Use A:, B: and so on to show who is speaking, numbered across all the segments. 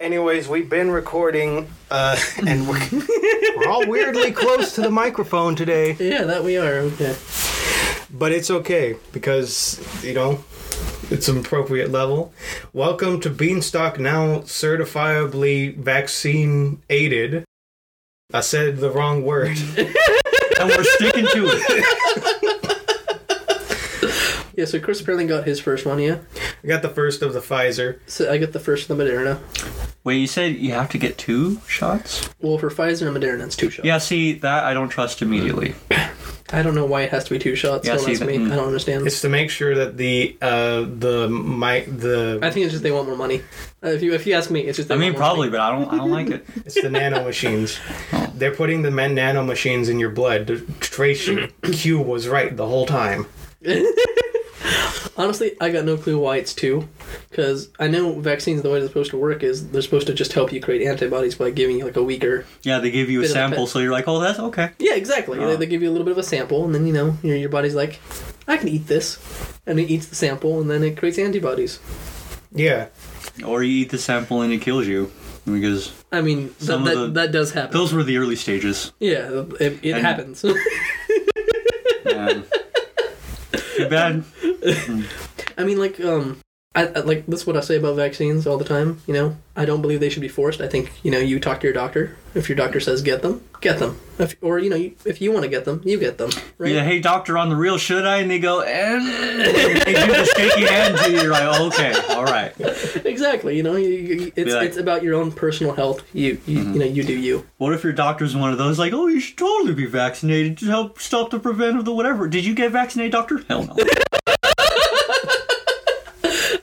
A: Anyways, we've been recording, uh, and we're, we're all weirdly close to the microphone today,
B: Yeah, that we are. Okay.
A: but it's okay because, you know, it's an appropriate level. Welcome to Beanstalk Now Certifiably Vaccine Aided. I said the wrong word.
C: and we're sticking to it.
B: Yeah, so Chris Perling got his first one, yeah?
A: I got the first of the Pfizer.
B: So I got the first of the Moderna.
C: Wait, you said you have to get two shots?
B: Well, for Pfizer and Moderna, it's two shots.
C: Yeah, see, that I don't trust immediately.
B: I don't know why it has to be two shots.
C: Yeah,
B: don't
C: see,
B: ask me.
C: mm.
B: I don't understand.
A: It's to make sure that the, uh, the, my,
B: I
A: the,
B: think it's just they want more money. Uh, if you if you ask me, it's just they
C: I mean,
B: want more
C: probably,
B: money.
C: but I don't. I don't like it.
A: it's the nano machines. They're putting the man- nano machines in your blood to trace you. Q was right the whole time.
B: Honestly, I got no clue why it's two, because I know vaccines the way they're supposed to work is they're supposed to just help you create antibodies by giving you like a weaker.
C: Yeah, they give you a
B: Bit of a
C: sample,
B: pet.
C: so you're like, oh, that's okay.
B: Yeah, exactly. They,
C: Ah.
B: they give you a little bit of a sample, and then you know your your body's like, I can eat this, and it eats the sample, and then it creates antibodies.
A: Yeah.
C: Or you eat the sample and it kills you because
B: I mean, that,
C: Some of
B: that,
C: the-
B: that does happen.
C: those were the early stages.
B: Yeah, it, it
C: And-
B: happens.
C: Man. Too bad.
B: I mean, like, um, I, I like that's what I say about vaccines all the time. You know, I don't believe they should be forced. I think you know, you talk to your doctor. If your doctor says get them, get them. If, or you know, you, if you want to get them, you get them. Right?
C: Yeah, hey doctor, on the real, should I? And they go, and they do the shaky hands, and you're like, oh, okay, all right.
B: Exactly. You know, you, you, it's
C: Be like-
B: it's about your own personal health. You you,
C: Mm-hmm.
B: you know, you do you.
C: What if your doctor's one of those like, oh, you should totally be vaccinated to help stop the prevent of the whatever? Did you get vaccinated, doctor? Hell no.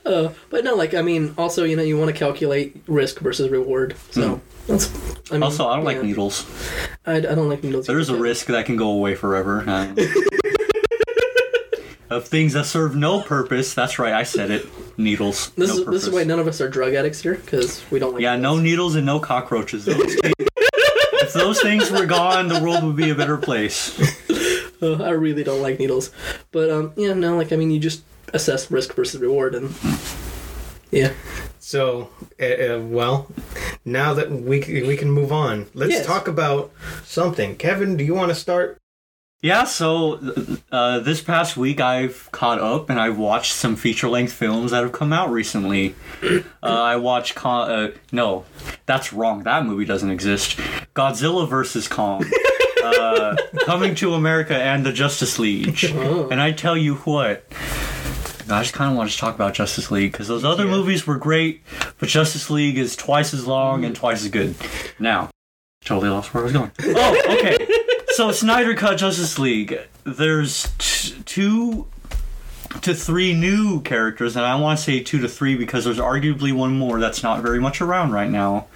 B: But no, like I mean, also you know, you want to calculate risk versus reward. So that's. I mean,
C: Mm. Also, I don't
B: Mm-hmm. yeah.
C: like needles.
B: I, I don't like needles.
C: There's a
B: either.
C: risk that can go away forever. Uh, of things that serve no purpose. That's right, I said it. Needles.
B: This
C: no
B: is
C: purpose.
B: this is why none of us are drug addicts here because we don't like.
C: yeah, no needles and no cockroaches. Those things- if those things were gone, the world would be a better place.
B: Uh, I really don't like needles, but um, yeah, no, like I mean, you just assess risk versus reward, and yeah,
A: So, uh, uh, well, now that we c- we can move on, let's
B: Yes.
A: talk about something. Kevin, do you want to start?
C: Yeah, so uh, this past week I've caught up and I've watched some feature length films that have come out recently. Uh, I watched Kong. Uh, no, that's wrong. That movie doesn't exist. Godzilla versus Kong. Uh, coming to America and the Justice League. And I tell you what, I just kind of want to talk about Justice League because those other movies were great, but Justice League is twice as long and twice as good. Now, totally lost where I was going. Oh, okay. so Snyder Cut Justice League. There's t- two to three new characters, and I want to say two to three because there's arguably one more that's not very much around right now.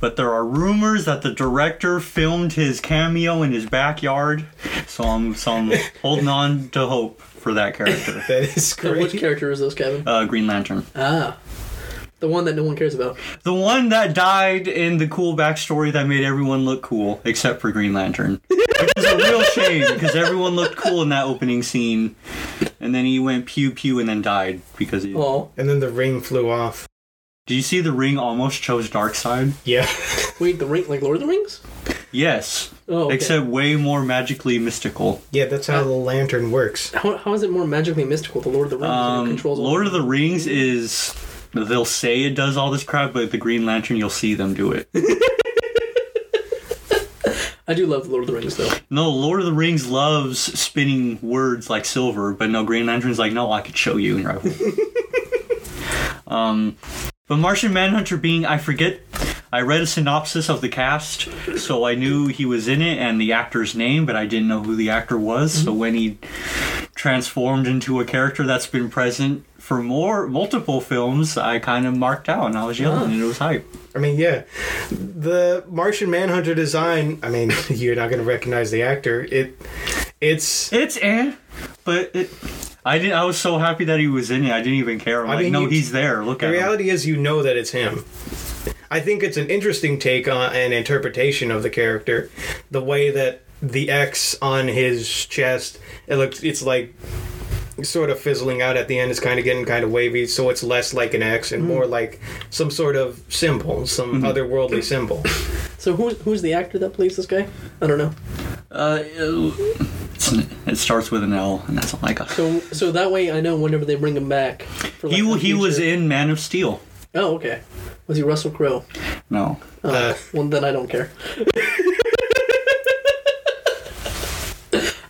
C: But there are rumors that the director filmed his cameo in his backyard, so I'm so I'm holding on to hope for that character.
A: That is
B: And which
A: great.
B: character is this, Kevin?
C: Uh, Green Lantern,
B: Ah, the one that no one cares about.
C: the one that died in the cool backstory that made everyone look cool, except for Green Lantern, which is a real shame because everyone looked cool in that opening scene, and then he went pew pew and then died because he.
B: Oh,
A: And then the ring flew off.
C: Do you see the ring almost chose dark side?
A: Yeah.
B: wait, the ring, like Lord of the Rings?
C: Yes,
B: Oh, okay.
C: except way more magically mystical.
A: Yeah, that's how the lantern works.
B: how, how is it more magically mystical? The Lord of the Rings
C: Um,
B: it controls. all-
C: Lord of the Rings is they'll say it does all this crap, but the Green Lantern you'll see them do it.
B: I do love the Lord of the Rings though.
C: no, Lord of the Rings loves spinning words like silver, but no, Green Lantern's like, no, I could show you. And you're like, um, but Martian Manhunter being, I forget. I read a synopsis of the cast, so I knew he was in it and the actor's name, but I didn't know who the actor was. So when he transformed into a character that's been present for more multiple films, I kind of marked out and I was yelling and it was hype.
A: I mean, yeah. The Martian Manhunter design, I mean, you're not going to recognize the actor. It it's
C: It's eh, but it, I didn't. I was so happy that he was in it. I didn't even care. I'm
A: I
C: like,
A: mean,
C: no,
A: you-
C: he's there. Look
A: The
C: at him.
A: reality is, you know that it's him. I think it's an interesting take on an interpretation of the character, the way that the X on his chest it looks. It's like sort of fizzling out at the end. It's kind of getting kind of wavy, so it's less like an X and more like some sort of symbol, some otherworldly symbol.
B: So who's who's the actor that plays this guy? I don't know.
C: Uh, it's, it starts with an L, and that's all I got.
B: So so that way I know whenever they bring him back. For like
C: He
B: the
C: he was
B: future.
C: in Man of Steel.
B: Oh okay. Was he Russell Crowe?
C: No,
A: Uh,
B: Well then I don't care.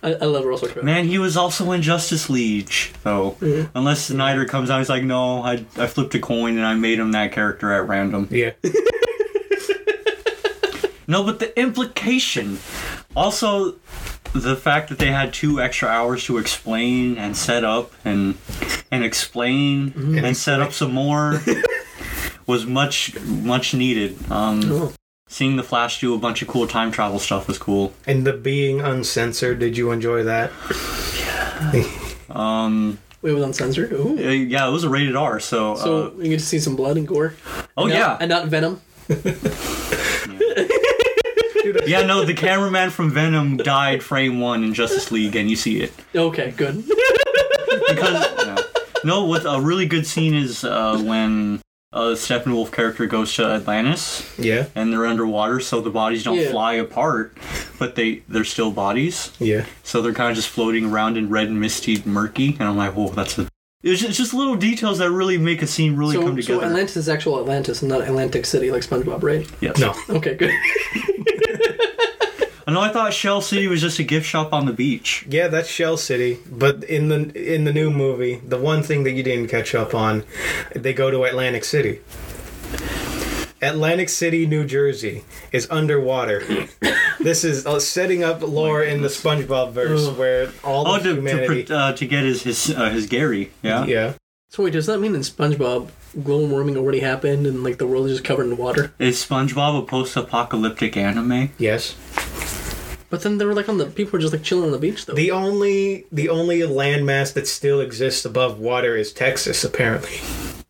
B: I, I love Russell Crowe.
C: man, he was also in Justice League. Though, unless Snyder comes out, he's like, no, I I flipped a coin and I made him that character at random.
A: yeah.
C: No, but the implication. Also, the fact that they had two extra hours to explain and set up and and explain and set up some more was much much needed. Um,
B: Oh.
C: Seeing the Flash do a bunch of cool time travel stuff was cool.
A: And the being uncensored, did you enjoy that?
C: Um,
B: Wait, it was uncensored. Ooh.
C: uh, yeah, it was a rated R, so,
B: So
C: uh,
B: we get to see some blood and gore.
C: oh
B: Not-
C: yeah,
B: and not Venom.
C: yeah. No, the cameraman from Venom died frame one in Justice League, and you see it.
B: Okay, good.
C: because no. no, what a really good scene is uh, when uh, the Steppenwolf character goes to Atlantis
A: Yeah,
C: and they're underwater, so the bodies don't
B: Yeah.
C: fly apart, but they they're still bodies,
A: yeah.
C: so they're kind of just floating around in red, misty, murky, and I'm like, whoa, that's a. It's just, it's just little details that really make a scene really come
B: so, so
C: together.
B: Atlantis is actual Atlantis and not Atlantic City like SpongeBob, right?
C: yes.
A: No,
B: Okay, good.
C: I know. I thought Shell City was just a gift shop on the beach.
A: yeah, that's Shell City. But in the in the new movie, the one thing that you didn't catch up on, they go to Atlantic City. Atlantic City, New Jersey, is underwater. this is uh, setting up lore in the SpongeBob verse where all
C: Oh,
A: of
C: to to,
A: humanity.
C: pr- uh, to get his his uh, his Gary. Yeah.
A: yeah,
B: So wait, does that mean in SpongeBob, global warming already happened and like the world is just covered in water?
C: Is SpongeBob a post-apocalyptic anime?
A: yes.
B: But then they were like on the people were just like chilling on the beach though.
A: The only the only landmass that still exists above water is Texas, apparently.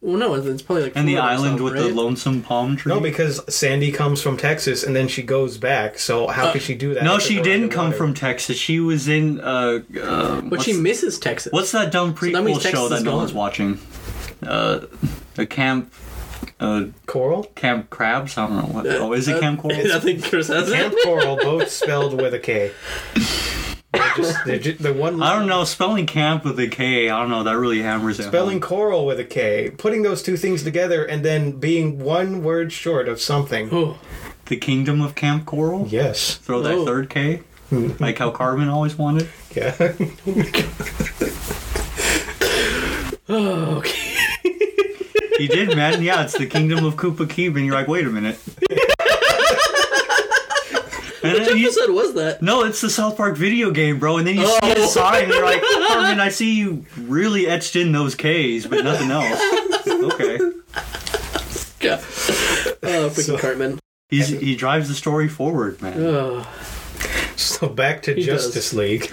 B: well, no, it's probably like
C: And the
B: Florida or
C: island
B: something,
C: with the
B: right?
C: lonesome palm tree.
A: No, because Sandy comes from Texas and then she goes back. So how could she do that?
C: Uh, No,
A: if
C: she
A: they're
C: didn't come
A: underwater?
C: from Texas. She was in uh, uh
B: But she misses Texas.
C: what's that dumb
B: that
C: prequel
B: means
C: show
B: Texas
C: that
B: is
C: no one's
B: gone.
C: watching? Uh, the camp, uh,
A: Coral.
C: camp crabs. I don't know what. Oh, is it
B: Uh,
C: camp coral?
B: I think Chris has
A: Camp
B: it.
A: Coral, both spelled with a K. They're just, they're ju- the one
C: I don't know. Spelling camp with a K. I don't know. That really hammers it.
A: spelling
C: home.
A: coral with a K, putting those two things together and then being one word short of something.
B: Oh,
C: the kingdom of camp coral.
A: Yes.
C: Throw that
B: Oh.
C: third K. like how Carmen always wanted.
A: Yeah.
B: oh, okay.
C: He did, man. Yeah, it's the kingdom of Koopa Keep, and you're like, wait a minute. and then
B: Who
C: you,
B: said was that?
C: No, it's the South Park video game, bro. And then you see
B: Oh.
C: a sign, and you're like, Carmen, I see you really etched in those K's, but nothing else. Okay.
B: Yeah. Oh, freaking Cartman.
C: He's, he drives the story forward, man.
B: Oh.
A: So back to
B: does.
A: Justice League.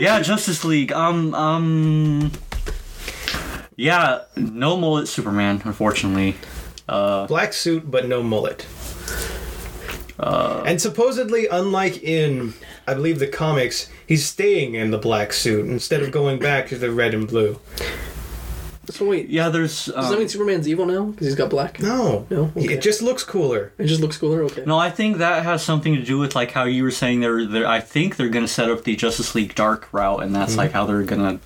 C: Yeah, Justice League. Um, um. Yeah, no mullet Superman, unfortunately.
A: Black suit, but no mullet. and supposedly, unlike in, I believe, the comics, he's staying in the black suit instead of going back to the red and blue.
B: So wait,
C: Yeah, there's. Um,
B: does that mean Superman's evil now because he's got black?
A: No.
B: No? Okay.
A: It just looks cooler.
B: It just looks cooler. Okay.
C: No, I think that has something to do with like how you were saying they're, they're I think they're gonna set up the Justice League Dark route, and
B: Hmm.
C: that's like how they're gonna.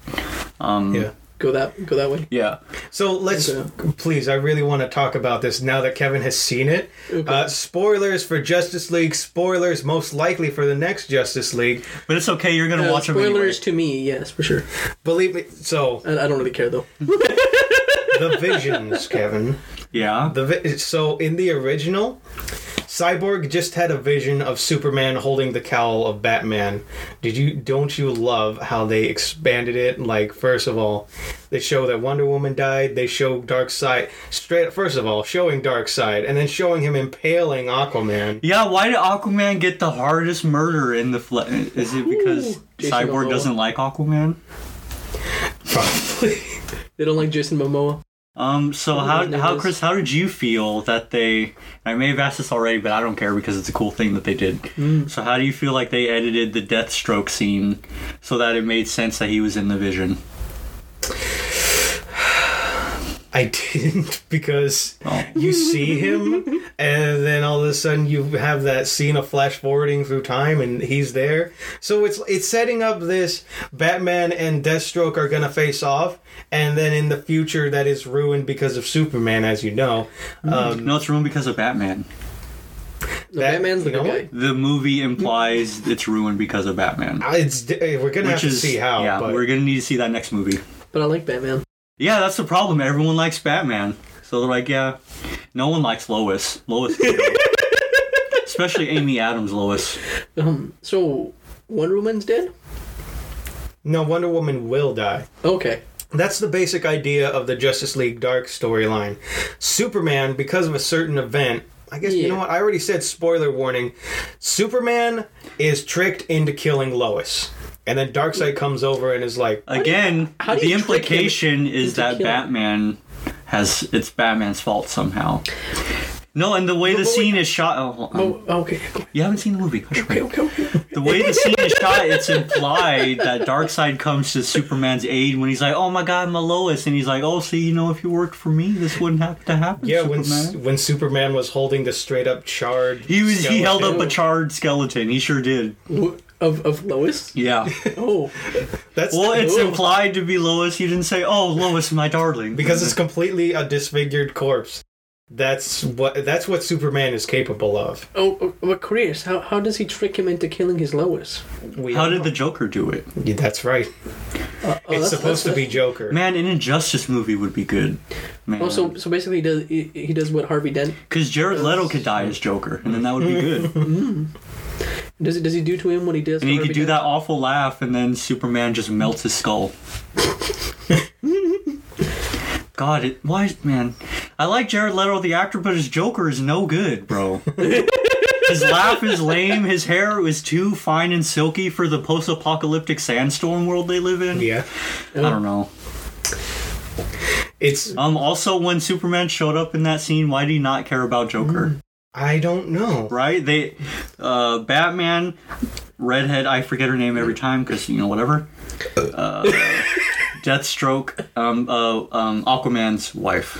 C: Um,
A: Yeah.
B: Go that go that way.
C: yeah.
A: So let's
B: Okay.
A: please. I really want to talk about this now that Kevin has seen it.
B: Okay.
A: Uh, spoilers for Justice League. Spoilers, most likely for the next Justice League.
C: But it's okay. You're gonna
B: Uh,
C: watch them
B: spoilers
C: anyway.
B: to me, yes, for sure.
A: Believe me. So
B: I, I don't really care though.
A: the visions, Kevin.
C: Yeah.
A: The vi- so in the original, Cyborg just had a vision of Superman holding the cowl of Batman. Did you don't you love how they expanded it? Like first of all, they show that Wonder Woman died. They show Dark Side straight. First of all, showing Dark Side and then showing him impaling Aquaman.
C: Yeah, why did Aquaman get the hardest murder in the fle- Is it because
B: Ooh, Jason
C: Cyborg
B: Momoa.
C: doesn't like Aquaman?
A: Probably.
B: They don't like Jason Momoa.
C: Um, so how,
B: no,
C: how
B: this-
C: Chris, how did you feel that they? I may have asked this already, but I don't care because it's a cool thing that they did.
A: Mm.
C: So how do you feel like they edited the Deathstroke scene so that it made sense that he was in the Vision?
A: I didn't because
C: Oh.
A: you see him, and then all of a sudden you have that scene of flash forwarding through time, and he's there. So it's it's setting up this Batman and Deathstroke are gonna face off, and then in the future that is ruined because of Superman, as you know. Um,
C: no, it's ruined because of Batman.
B: No,
A: That-
B: Batman's the
A: you know
B: good guy.
A: what?
C: The movie implies it's ruined because of Batman.
A: it's we're gonna have
C: Which
A: to
C: is
A: see how.
C: yeah,
A: but
C: we're gonna need to see that next movie.
B: But I like Batman.
C: Yeah, that's the problem. Everyone likes Batman, so they're like, yeah, no one likes Lois. Lois, is great. especially Amy Adams, Lois.
B: Um, so Wonder Woman's dead.
A: no Wonder Woman will die.
B: Okay.
A: That's the basic idea of the Justice League Dark storyline. Superman, because of a certain event, I guess you
B: Yeah.
A: know what? I already said spoiler warning. Superman is tricked into killing Lois. And then Darkseid comes over and is like,
C: Again,
B: how do
C: the
B: you trick him
C: implication is
B: into
C: that
B: killing-
C: Batman has it's Batman's fault somehow. No, and the way the
B: but
C: scene is shot. Oh, hold on.
B: Oh, okay.
C: you haven't seen the movie. Hush,
B: Okay. Okay. okay.
C: The way the scene is shot, it's implied that Darkseid comes to Superman's aid when he's like, "Oh my God, I'm a Lois," and he's like, "Oh, see, you know, if you worked for me, this wouldn't have to happen."
A: yeah, when,
C: Superman.
A: S- when Superman was holding the straight up charred.
C: he was he held up
A: skeleton-
C: a charred skeleton. He sure did.
B: Wh- Of of Lois.
C: Yeah.
B: Oh,
A: That's
C: Well, it's
B: Ooh.
C: implied to be Lois. He didn't say, "Oh, Lois, my darling,"
A: because it's completely a disfigured corpse. That's what that's what Superman is capable of.
B: oh, oh, but Chris, how, how does he trick him into killing his Lois?
A: We
C: How
A: all
C: did
A: know.
C: the Joker do it?
A: Yeah, that's right.
B: Uh, oh,
A: it's
B: that's-
A: supposed to
B: that's-
A: be Joker.
C: Man, an Injustice movie would be good. Man,
B: Oh, so so basically, he does he, he does what Harvey Dent
C: because Jared Leto could die as Joker, and then that would be good. and
B: does? He, does he do to him what he does? to
C: he
B: Harvey
C: could do
B: Dent?
C: that awful laugh, and then Superman just melts his skull. God, it, why, man? I like Jared Leto, the actor, but his Joker is no good, bro. his laugh is lame. His hair is too fine and silky for the post-apocalyptic sandstorm world they live in.
A: yeah.
C: I don't know.
A: It's
C: Um. Also, when Superman showed up in that scene, why did he not care about Joker?
A: I don't know.
C: Right? They, uh, Batman, redhead. I forget her name every time because you know whatever. Uh, Deathstroke, um, uh, um, Aquaman's wife.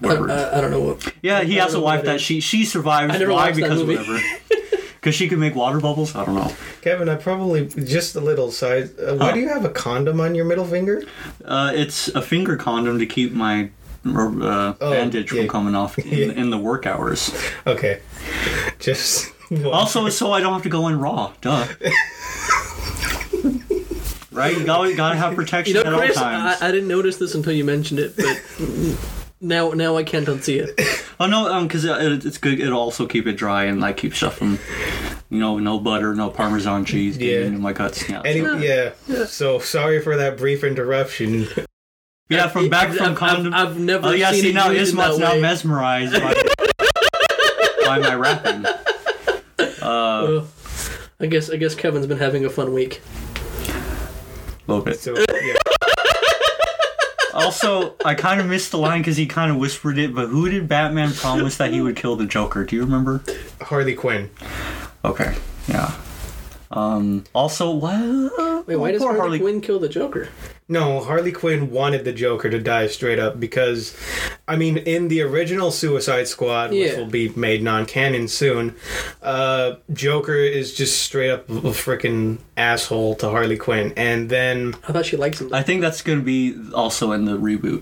C: Whatever.
B: I, I, I don't know what.
C: yeah, he
B: I
C: has
B: don't
C: a
B: know
C: wife
B: what
C: that
B: Uh, it-
C: she she survives.
B: I never
C: Why?
B: watched that
C: Because
B: movie.
C: whatever. Because she can make water bubbles. I don't know.
A: Kevin, I probably just a little side. Uh, why
C: Huh.
A: do you have a condom on your middle finger?
C: Uh, it's a finger condom to keep my. Uh, bandage
A: yeah.
C: from coming off in,
A: Yeah.
C: in the work hours.
A: Okay, just
C: Also, so I don't have to go in raw. Duh. right? You gotta, gotta have protection
B: You know,
C: at
B: Chris,
C: all times.
B: I, I didn't notice this until you mentioned it, but now now I can't unsee it.
C: oh no, um, because it, it's good. It'll also keep it dry and like keep stuff from, you know, no butter, no parmesan cheese
A: Yeah.
C: getting into my guts. Yeah,
A: Any,
C: so-
A: yeah. So sorry for that brief interruption.
C: yeah from back from
B: I've,
C: condom.
B: I've, I've never.
C: oh yeah,
B: seen
C: see
B: it
C: now
B: used in
C: Ismat's
B: that
C: now
B: way.
C: mesmerized by, by my rapping. Uh,
B: Ugh. I guess I guess Kevin's been having a fun week.
C: little bit.
A: So yeah,
C: Also, I kind of missed the line because he kind of whispered it. But who did Batman promise that he would kill the Joker? Do you remember?
A: Harley Quinn.
C: Okay. Yeah. Um, also, well,
B: Wait, why does
C: poor
B: Harley,
C: Harley-
B: Quinn kill the Joker?
A: No, Harley Quinn wanted the Joker to die straight up because, I mean, in the original Suicide Squad, which
B: Yeah.
A: will be made non-canon soon, uh, Joker is just straight up a freaking asshole to Harley Quinn, and then
B: I thought she likes him. Though.
C: I think that's going to be also in the reboot.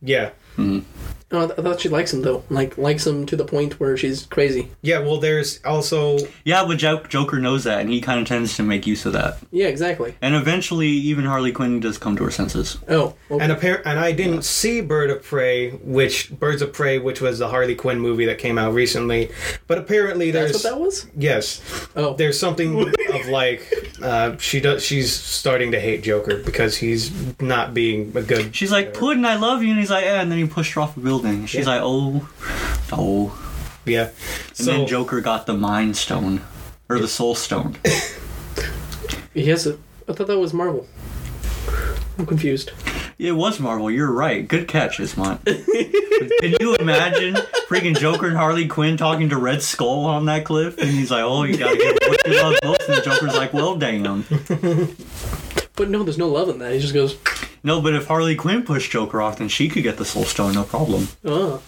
A: yeah,
B: No, I, th- I thought she likes him though. Like likes him to the point where she's crazy.
A: yeah. Well, there's also
C: Yeah, but jo- Joker knows that, and he kind of tends to make use of that.
B: Yeah, exactly.
C: And eventually, even Harley Quinn does come to her senses.
B: Oh, okay.
A: And appar- and I didn't see Bird of Prey, which Birds of Prey, which was the Harley Quinn movie that came out recently. But apparently,
B: that's
A: there's
B: what that was.
A: yes,
B: Oh,
A: there's something of like uh, she does. She's starting to hate Joker because he's not being a good.
C: She's like, "Puddin, I love you," and he's like, "Yeah," and then he pushed her off a building. She's
A: Yeah.
C: like, "Oh, oh."
A: Yeah.
C: And
A: so
C: then Joker got the Mind Stone or the Soul Stone.
B: yes. I thought that was Marvel. I'm confused.
C: It was Marvel. You're right. Good catch, Ismont. Can you imagine freaking Joker and Harley Quinn talking to Red Skull on that cliff? And he's like, "Oh, you gotta get what you love most." And Joker's like, "Well, damn."
B: But no, there's no love in that. He just goes,
C: No, but if Harley Quinn pushed Joker off, then she could get the Soul Stone, no problem.
B: Oh,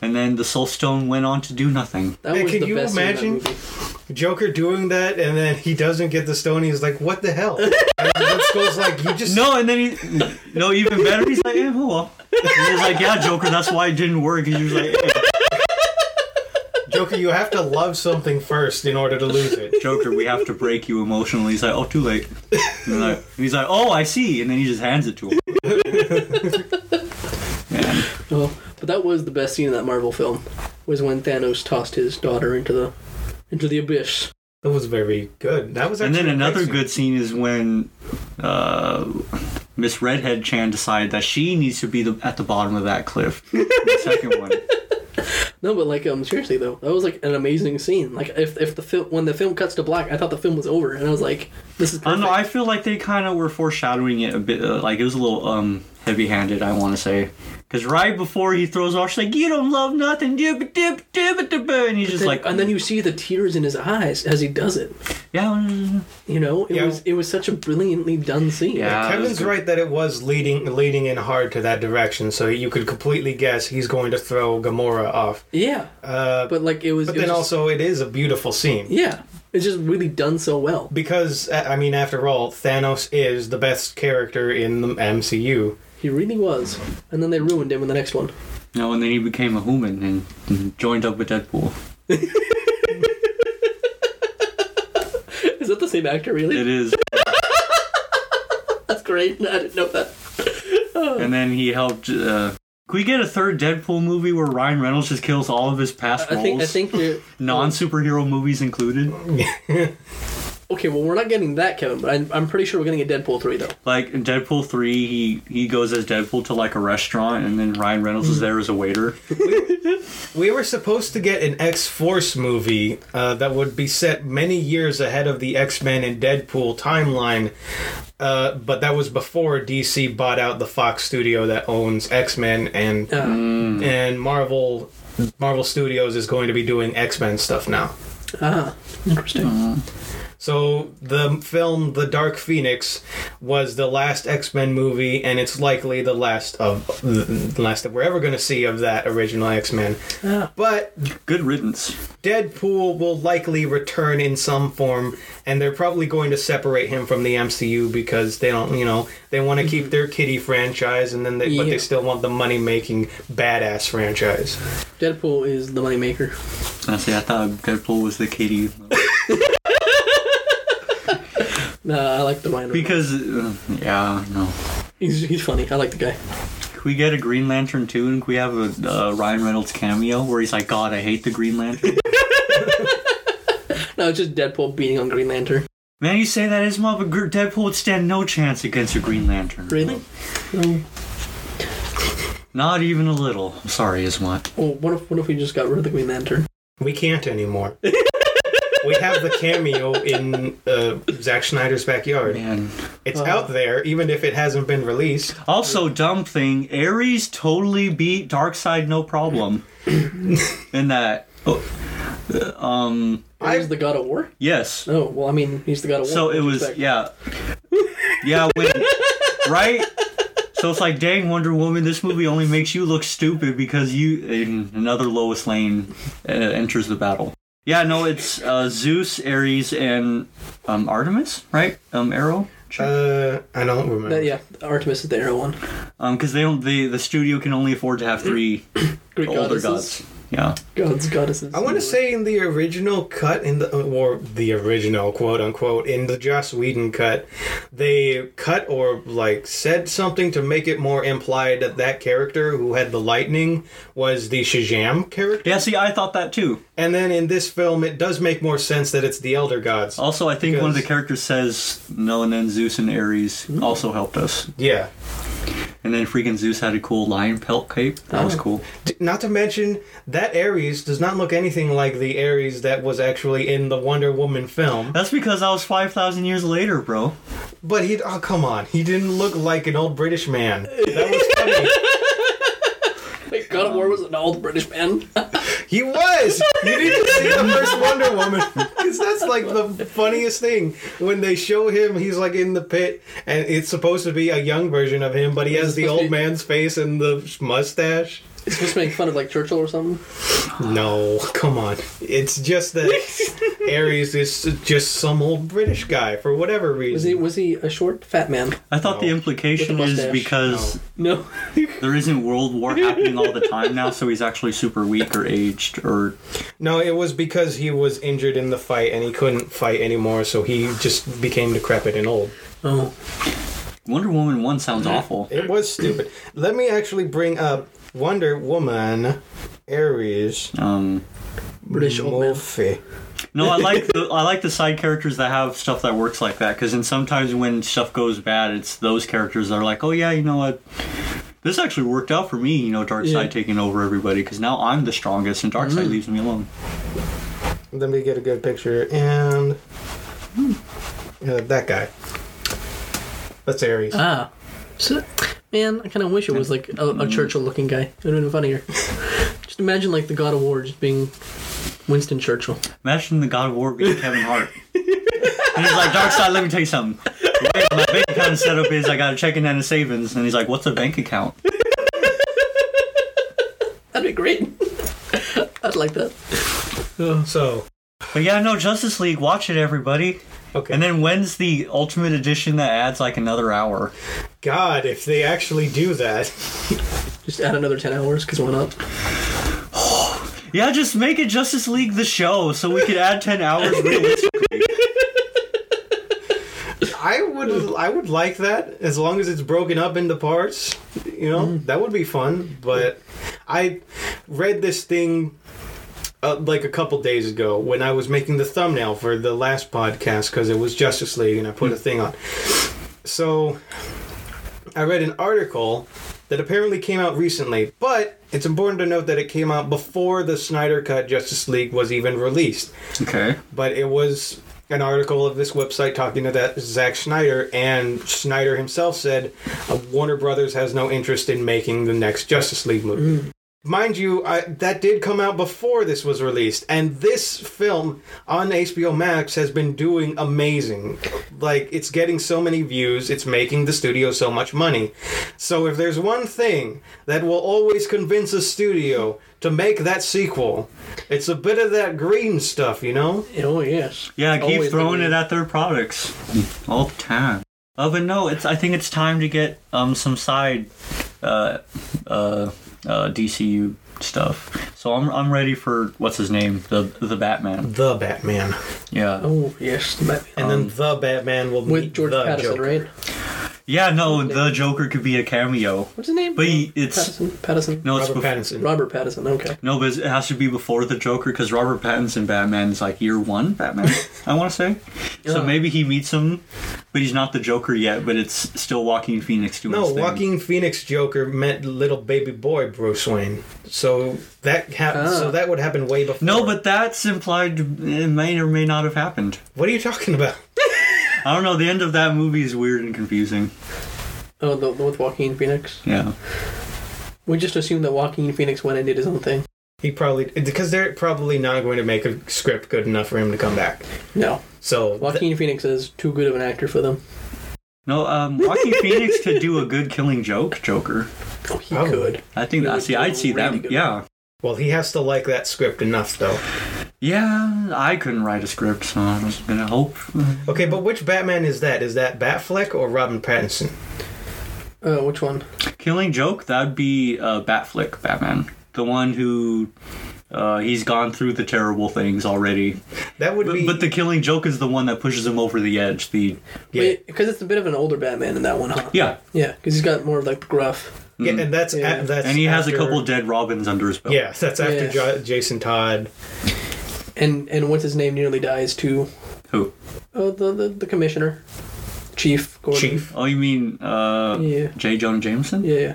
C: And then the Soul Stone went on to do nothing.
B: that
A: Man,
B: was
A: can
B: the
A: you
B: best scene in that
A: imagine?
B: movie.
A: Joker doing that, and then he doesn't get the stone. He's like, "What the hell?" And then Skull's like, "You just
C: No, and then he, no, no, even better. He's like, eh, oh well. He was like, yeah, Joker, that's why it didn't work. He was like, eh,
A: Joker, you have to love something first in order to lose it."
C: Joker, we have to break you emotionally. He's like, oh, too late. And then I- he's like, oh, I see. And then he just hands it to him. Man.
B: Oh, but that was the best scene in that Marvel film was when Thanos tossed his daughter into the into the abyss.
A: That was very good. That was
C: And
A: actually
C: then
A: a great
C: another
A: scene.
C: good scene is when uh, Miss Redhead Chan decided that she needs to be the, at the bottom of that cliff. the second one.
B: No, but like um seriously though, that was like an amazing scene. Like if if the film when the film cuts to black, I thought the film was over, and I was like, this is
C: I
B: perfect.
C: don't know. I feel like they kind of were foreshadowing it a bit. Uh, like it was a little um heavy-handed. I want to say because right before he throws off, she's like, "You don't love nothing." Dip, dip, dip, dip, and he's just
B: Then-
C: like,
B: and then you see the tears in his eyes as he does it.
C: "Yeah, mm,
B: You know, it
A: Yeah.
B: was it was such a brilliantly done scene.
C: yeah." it was
A: Kevin's
C: good.
A: right that it was leading leading in hard to that direction, so you could completely guess he's going to throw Gamora off.
B: yeah.
A: Uh,
B: But like it was.
A: but
B: it
A: then
B: was just-
A: also, it is a beautiful scene.
B: yeah, it's just really done so well.
A: Because I I mean, after all, Thanos is the best character in the MCU.
B: He really was. And then they ruined him in the next one.
C: No, and then he became a human and, and joined up with Deadpool.
B: Is that the same actor? Really?
C: It is,
B: That's great. I didn't know that.
C: and then he helped. Uh, could we get a third Deadpool movie where Ryan Reynolds just kills all of his past
B: I
C: roles?
B: think I think they're
C: non-superhero movies included.
B: okay. Well, we're not getting that, Kevin. But I'm, I'm pretty sure we're getting a Deadpool three though.
C: Like in Deadpool three, he he goes as Deadpool to like a restaurant, and then Ryan Reynolds
B: Hmm.
C: is there as a waiter.
A: We were supposed to get an X Force movie uh, that would be set many years ahead of the X Men and Deadpool timeline, uh, but that was before DC bought out the Fox studio that owns X Men and
B: Uh,
C: Hmm.
A: and Marvel. Marvel Studios is going to be doing X Men stuff now.
B: Ah, interesting.
C: Hmm.
A: So the film The Dark Phoenix was the last X Men movie, and it's likely the last of the last that we're ever going to see of that original X Men.
B: Ah.
A: But
C: Good riddance.
A: Deadpool will likely return in some form, and they're probably going to separate him from the MCU because they don't, you know, they want to keep their kitty franchise, and then they, but
B: Yeah.
A: they still want the money making badass franchise.
B: Deadpool is the moneymaker.
C: I see. I thought Deadpool was the kitty
B: Nah, I like the minor.
C: because uh, yeah, no.
B: he's, he's funny. I like the guy.
C: Could we get a Green Lantern too, and could we have a uh, Ryan Reynolds cameo where he's like, "God, I hate the Green Lantern."
B: No, it's just Deadpool beating on Green Lantern.
C: Man, you say that Ismail, but Gr- Deadpool would stand no chance against a Green Lantern.
B: Really?
C: Oh.
B: Oh, No.
C: Not even a little. I'm sorry, Ismail.
B: Well, what if what if we just got rid of the Green Lantern?
A: We can't anymore. we have the cameo in uh, Zack Snyder's backyard.
C: Man.
A: It's
B: Uh.
A: out there, even if it hasn't been released.
C: Also, dumb thing, Ares totally beat Darkseid no problem. In that. Oh, um.
A: I-
B: He's the God of War.
C: Yes.
B: No, well, I mean, he's the God of War.
C: So it was.
B: Respect.
C: Yeah. Yeah, when. Right? So it's like, dang, Wonder Woman, this movie only makes you look stupid because you. And another Lois Lane uh, enters the battle. Yeah, no, it's uh, Zeus, Ares, and um, Artemis, right? Um, Arrow?
A: Uh, I don't remember.
B: That- yeah, Artemis is the arrow one.
C: Um, because they don't, the the studio can only afford to have three
B: Greek
C: older
B: goddesses.
C: gods. Yeah.
B: Gods, goddesses.
A: I want to say in the original cut, in the uh, or the original quote unquote, in the Joss Whedon cut, they cut or like said something to make it more implied that that character who had the lightning was the Shazam character.
C: Yeah, see, I thought that too.
A: And then in this film, it does make more sense that it's the Elder Gods.
B: Oh.
C: Also, I think one of the
A: Because-
C: characters says, No, and then Zeus and Ares also helped us.
A: Yeah.
C: And then freaking Zeus had a cool lion pelt cape. That was
B: Oh.
C: cool.
A: D- Not to mention that Ares does not look anything like the Ares that was actually in the Wonder Woman film.
C: That's because I was 5,000 years later, bro.
A: But he, oh come on, he didn't look like an old British man. That was funny.
B: Wait, God of War was an old British man.
A: He was. You need to see the first Wonder Woman because that's like the funniest thing when they show him. He's like in the pit, and it's supposed to be a young version of him, but he has the
B: supposed to
A: old
B: be-
A: man's face and the mustache.
B: It's supposed to make fun of like Churchill or something.
A: No, come on. It's just that Ares is just some old British guy for whatever
B: Was he
A: reason.
B: was he a short fat man?
C: I thought the
A: No.
C: implication
B: With the
C: is
B: mustache.
C: because
B: No.
C: there isn't World War happening all the time now, so he's actually super weak or aged or
A: No, it was because he was injured in the fight and he couldn't fight anymore, so he just became decrepit and old.
B: Oh.
C: Wonder Woman one sounds awful.
A: It was stupid. Let me actually bring up Wonder Woman Ares
C: Um,
B: British old man.
A: Murphy.
C: no, I like the I like the side characters that have stuff that works like that because then sometimes when stuff goes bad, it's those characters that are like, oh yeah, you know what. This actually worked out for me, you know, Darkseid
B: Yeah.
C: taking over everybody because now I'm the strongest and Darkseid leaves me alone.
A: Let me get a good picture and uh, that guy. That's Ares.
B: Ah. So, man, I kind of wish it was like a, a Churchill looking guy. It would have been funnier. just imagine like the God of War just being Winston Churchill.
C: Imagine the God of War being Kevin Hart. and he's like, Darkseid, let me tell you something. The way my bank account setup is I got a checking and a savings. And he's like, what's a bank account?
B: That'd be great. I'd like that. Uh,
A: So,
C: But yeah, no, Justice League, watch it, everybody.
A: okay.
C: And then when's the Ultimate Edition that adds like another hour?
A: God, if they actually do that.
B: Just add another 10 hours, because why not?
C: Yeah, just make it Justice League the show so we could add 10 hours realistically.
A: I would I would like that as long as it's broken up into parts. You know, that would be fun. But I read this thing uh, like a couple days ago when I was making the thumbnail for the last podcast because it was Justice League and I put a thing on. So I read an article that apparently came out recently, but it's important to note that it came out before the Snyder Cut Justice League was even released
C: okay.
A: but it was an article of this website talking to that Zack Snyder, and Snyder himself said uh, Warner Brothers has no interest in making the next Justice League movie. Mind you, I, that did come out before this was released, and this film on HBO Max has been doing amazing. Like, it's getting so many views, it's making the studio so much money. So, if there's one thing that will always convince a studio to make that sequel, it's a bit of that green stuff, you know?
B: Oh, yes.
C: Yeah, keep
B: Always
C: throwing
B: the-
C: it at their products all the time. Uh, but no, it's. I think it's time to get um some side, uh, uh, uh DCU stuff. So I'm I'm ready for what's his name the the Batman.
A: the Batman,
C: Yeah.
B: Oh, yes. the Batman.
A: and then the Batman will
B: Um, With
A: meet
B: George
A: the
B: Patterson,
A: Joker.
B: right?
C: Yeah. No, the Joker could be a cameo.
B: What's his name?
C: But he- it's-
B: Patterson. Patterson.
C: No, it's
A: Robert
C: bef-
A: Pattinson.
B: Robert Patterson. Okay.
C: no, but it has to be before the Joker because Robert Pattinson Batman is like year one Batman. I want to say. So
B: Yeah.
C: maybe he meets him, but he's not the Joker yet. But it's still Walking Phoenix doing.
A: no,
C: his thing.
A: Joaquin Phoenix Joker meant little baby boy Bruce Wayne, so that happened.
B: Ah.
A: So that would happen way before.
C: No, but that's implied. It may or may not have happened.
A: what are you talking about?
C: I don't know. The end of that movie is weird and confusing.
B: Oh, the, the with Joaquin Phoenix.
C: Yeah.
B: We just assumed that Joaquin Phoenix went and did his own thing.
A: He probably because they're probably not going to make a script good enough for him to come back.
B: No.
A: So
B: Joaquin Phoenix is too good of an actor for them.
C: No, um, Joaquin Phoenix could do a good killing joke, Joker.
B: Oh, he
A: Probably.
B: could.
C: I think
B: He
C: that.
B: would
C: See,
B: do a
C: I'd see
B: really
C: that.
B: good-
C: Yeah.
A: well, he has to like that script enough, though.
C: Yeah, I couldn't write a script, so I was gonna hope.
A: Okay, but which Batman is that? Is that Batfleck or Robin Pattinson?
B: Uh, which one?
C: Killing joke? That'd be uh, Batflick, Batman, the one who. Uh, he's gone through the terrible things already,
A: That would
C: but,
A: be.
C: but the killing joke is the one that pushes him over the edge. The
A: yeah,
B: Because it's a bit of an older Batman in that one, huh?
C: yeah,
B: Yeah, because he's got more of like the gruff.
A: yeah, and that's a-
B: Yeah.
A: that's
C: and he has a
A: after-
C: couple dead robins under his belt.
A: Yeah, that's after
B: Yeah.
A: Jo- Jason Todd.
B: And and what's his name nearly dies too.
C: Who?
B: Oh, the the, the commissioner, Chief Gordon.
A: Chief.
C: Oh, you mean uh,
B: Yeah.
C: J. Jonah Jameson?
B: Yeah, yeah.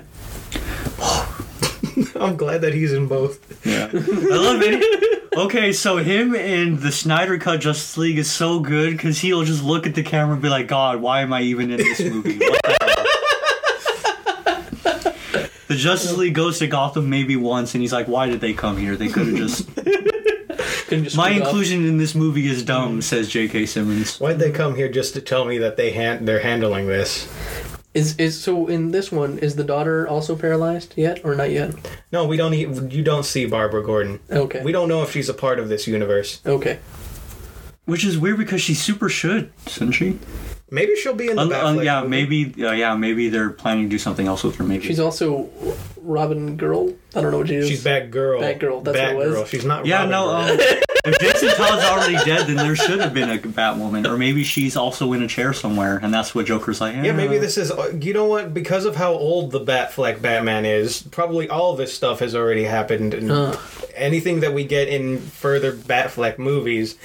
A: I'm glad that he's in both.
C: Yeah. I love it. Okay, so him and the Snyder Cut Justice League is so good because he'll just look at the camera and be like, God, why am I even in this movie? What the hell?" The Justice League goes to Gotham maybe once, and he's like, "Why did they come here? They could have just."
B: Couldn't just
C: My
B: screw it up.
C: inclusion in this movie is dumb," says J.K. Simmons.
A: Why'd they come here just to tell me that they han- they're handling this?
B: is is so in this one is the daughter also paralyzed yet or not yet?
A: No, we don't. e- You don't see Barbara Gordon.
B: Okay.
A: We don't know if she's a part of this universe.
B: okay.
C: Which is weird because she super should, shouldn't she?
A: Maybe she'll be in the
C: Un-
A: Batfleck.
C: un- yeah,
A: movie.
C: maybe. Uh, yeah, maybe they're planning to do something else with her. Maybe
B: She's also Robin Girl. I don't know what she is.
A: She's Batgirl.
B: Batgirl, that's what it was.
A: Batgirl. She's not.
C: Yeah,
A: Robin
C: no.
A: Girl.
C: Um, if Jason Todd's already dead, then there should have been a Batwoman, or maybe she's also in a chair somewhere, and that's what Joker's like.
A: Yeah, maybe
C: "Eh."
A: this is. You know what? Because of how old the Batfleck Batman is, probably all this stuff has already happened, and
B: Uh.
A: anything that we get in further Batfleck movies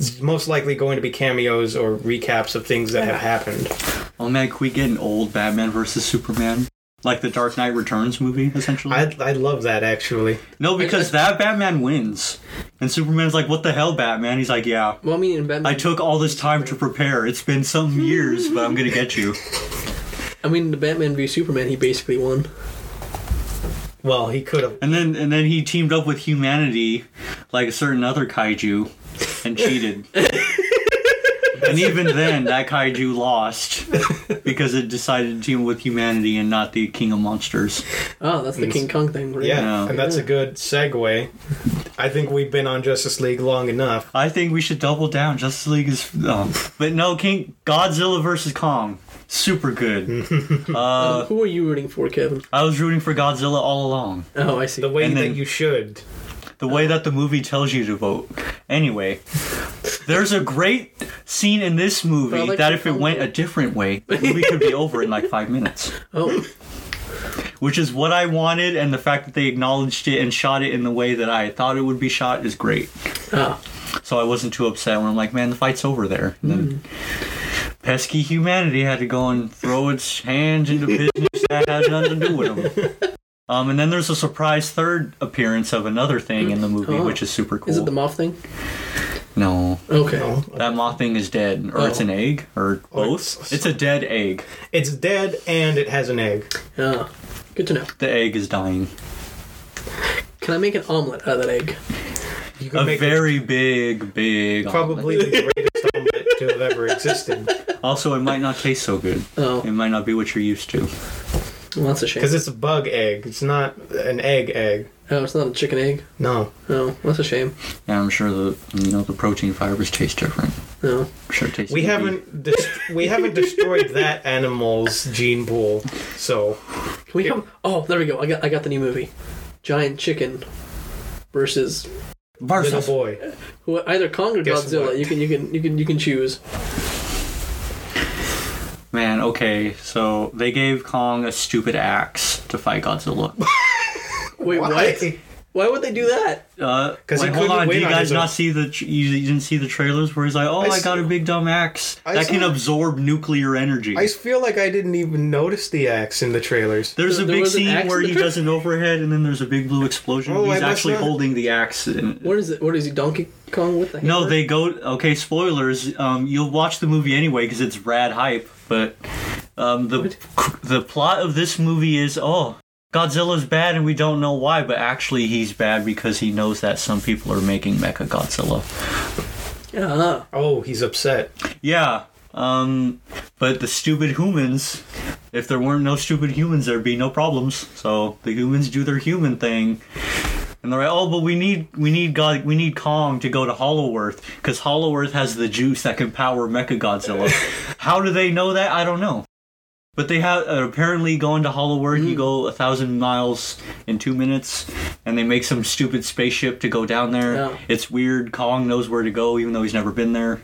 A: is most likely going to be cameos or recaps of things that have happened.
C: Oh man, could we get an old Batman versus Superman? Like the Dark Knight Returns movie, essentially.
A: I I love that actually.
C: no, because that Batman wins, and Superman's like, "What the hell, Batman?" He's like, "Yeah,
B: well, I mean, in Batman.
C: I took all this time to prepare. It's been some years, but I'm gonna get you."
B: I mean, the Batman v Superman. He basically won.
A: Well, he could have.
C: And then, and then he teamed up with humanity, like a certain other kaiju, and cheated. and even then, that kaiju lost because it decided to team with humanity and not the King of Monsters.
B: Oh, that's the King Kong thing. Right?
A: Yeah,
C: Yeah.
A: and that's a good segue. I think we've been on Justice League long enough.
C: I think we should double down. Justice League is, um, but no, King Godzilla versus Kong, super good.
B: Um, Who are you rooting for, Kevin?
C: I was rooting for Godzilla all along.
B: Oh, I see.
A: The way
C: And
A: that
C: then-
A: you should.
C: the way that the movie tells you to vote. Anyway, there's a great scene in this movie
B: Well, like
C: that
B: the
C: if it
B: phone
C: went
B: bill.
C: a different way, the movie could be over in like five minutes.
B: oh,
C: Which is what I wanted, and the fact that they acknowledged it and shot it in the way that I thought it would be shot is great.
B: ah,
C: So I wasn't too upset when I'm like, man, the fight's over there. And then
B: Hmm.
C: pesky humanity had to go and throw its hands into business that had nothing to do with them. Um, and then there's a surprise third appearance of another thing in the movie,
B: Oh.
C: which is super cool.
B: is it the moth thing?
C: no.
B: Okay.
A: No.
C: That moth thing is dead, or it's
B: Oh.
C: an egg, or both.
A: it's-
C: It's, a dead egg.
A: It's dead and it has an egg.
B: Ah, good to know.
C: The egg is dying.
B: Can I make an omelet out of that egg?
A: You could
C: A
A: make it
C: very big, big.
A: probably the greatest omelet to have ever existed.
C: omelet. Also, it might not taste so good.
A: Uh,
B: Oh,
C: It might not be what you're used to.
B: well, that's a shame.
A: Because it's a bug egg. It's not an egg egg.
B: Oh, it's not a chicken egg.
A: No.
B: Oh, that's a shame.
C: And I'm sure the you know the protein fibers taste different.
B: No.
C: I'm Sure, it tastes.
A: We
C: good.
A: haven't dest- we haven't destroyed that animal's gene pool. So
B: Can we have? Oh, there we go. I got I got the new movie, Giant Chicken versus
A: little
C: Barf.
A: boy.
B: who either Kong or
A: Guess
B: Godzilla.
A: what?
B: You can you can you can you can choose.
C: Man, okay, so they gave Kong a stupid axe to fight Godzilla.
B: Wait, what? Why would they do that?
C: Because
A: he couldn't
C: Uh, hold on, do
A: win
C: you
A: on
C: guys
A: his own.
C: not see the tr- you, you didn't see the trailers where he's like, oh, I,
A: s-
C: got a big dumb axe
A: I
C: that
A: saw
C: can
A: it.
C: absorb nuclear energy.
A: I feel like I didn't even notice the axe in the trailers.
C: There's a
B: There
C: big
B: was an
C: scene
B: axe
C: where
B: in
C: he
B: the-
C: does an overhead, and then there's a big blue explosion.
A: Oh, I
C: He's
A: must
C: actually
A: not-
C: holding the axe. And...
B: What is it? What is he? Donkey Kong with the hammer?
C: No, they go. Okay, spoilers. Um, you'll watch the movie anyway because it's rad hype. But um, the the plot of this movie is oh, Godzilla's bad, and we don't know why. But actually, he's bad because he knows that some people are making Mecha Godzilla.
B: Ah,
A: Oh, he's upset.
C: Yeah. Um, but the stupid humans, if there weren't no stupid humans, there'd be no problems. So the humans do their human thing. And they're like, oh, but we need we need God we need Kong to go to Hollow Earth because Hollow Earth has the juice that can power Mecha Godzilla. How do they know that? I don't know. But they have uh, apparently going to Hollow Earth. You go a thousand miles in two minutes, and they make some stupid spaceship to go down there.
B: Yeah.
C: It's weird. Kong knows where to go, even though he's never been there.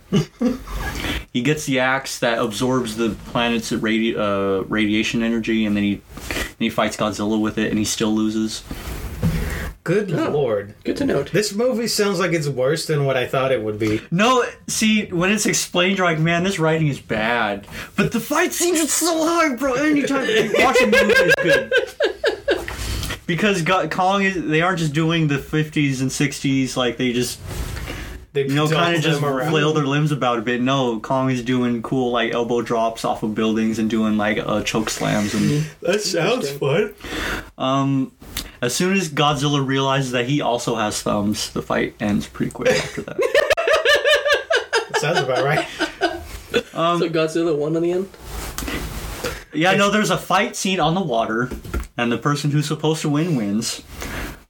C: he gets the axe that absorbs the planet's radi- uh, radiation energy, and then he and he fights Godzilla with it, and he still loses.
A: Good lord.
B: good to note.
A: This movie sounds like it's worse than what I thought it would be.
C: No, see, when it's explained, you're like, man, this writing is bad. But the fight scenes are so high, bro. Anytime you watch a movie, is good. Because God, Kong is, they aren't just doing the 50s and 60s, like, they just.
A: They
C: You know,
A: jostle
C: kind of just
A: them around.
C: flail their limbs about a bit. No, Kong is doing cool like elbow drops off of buildings and doing like uh, choke slams and
A: That sounds fun.
C: um. As soon as Godzilla realizes that he also has thumbs, the fight ends pretty quick after that.
A: sounds about right.
B: so Godzilla won in the end.
C: Yeah, no, there's a fight scene on the water, and the person who's supposed to win wins.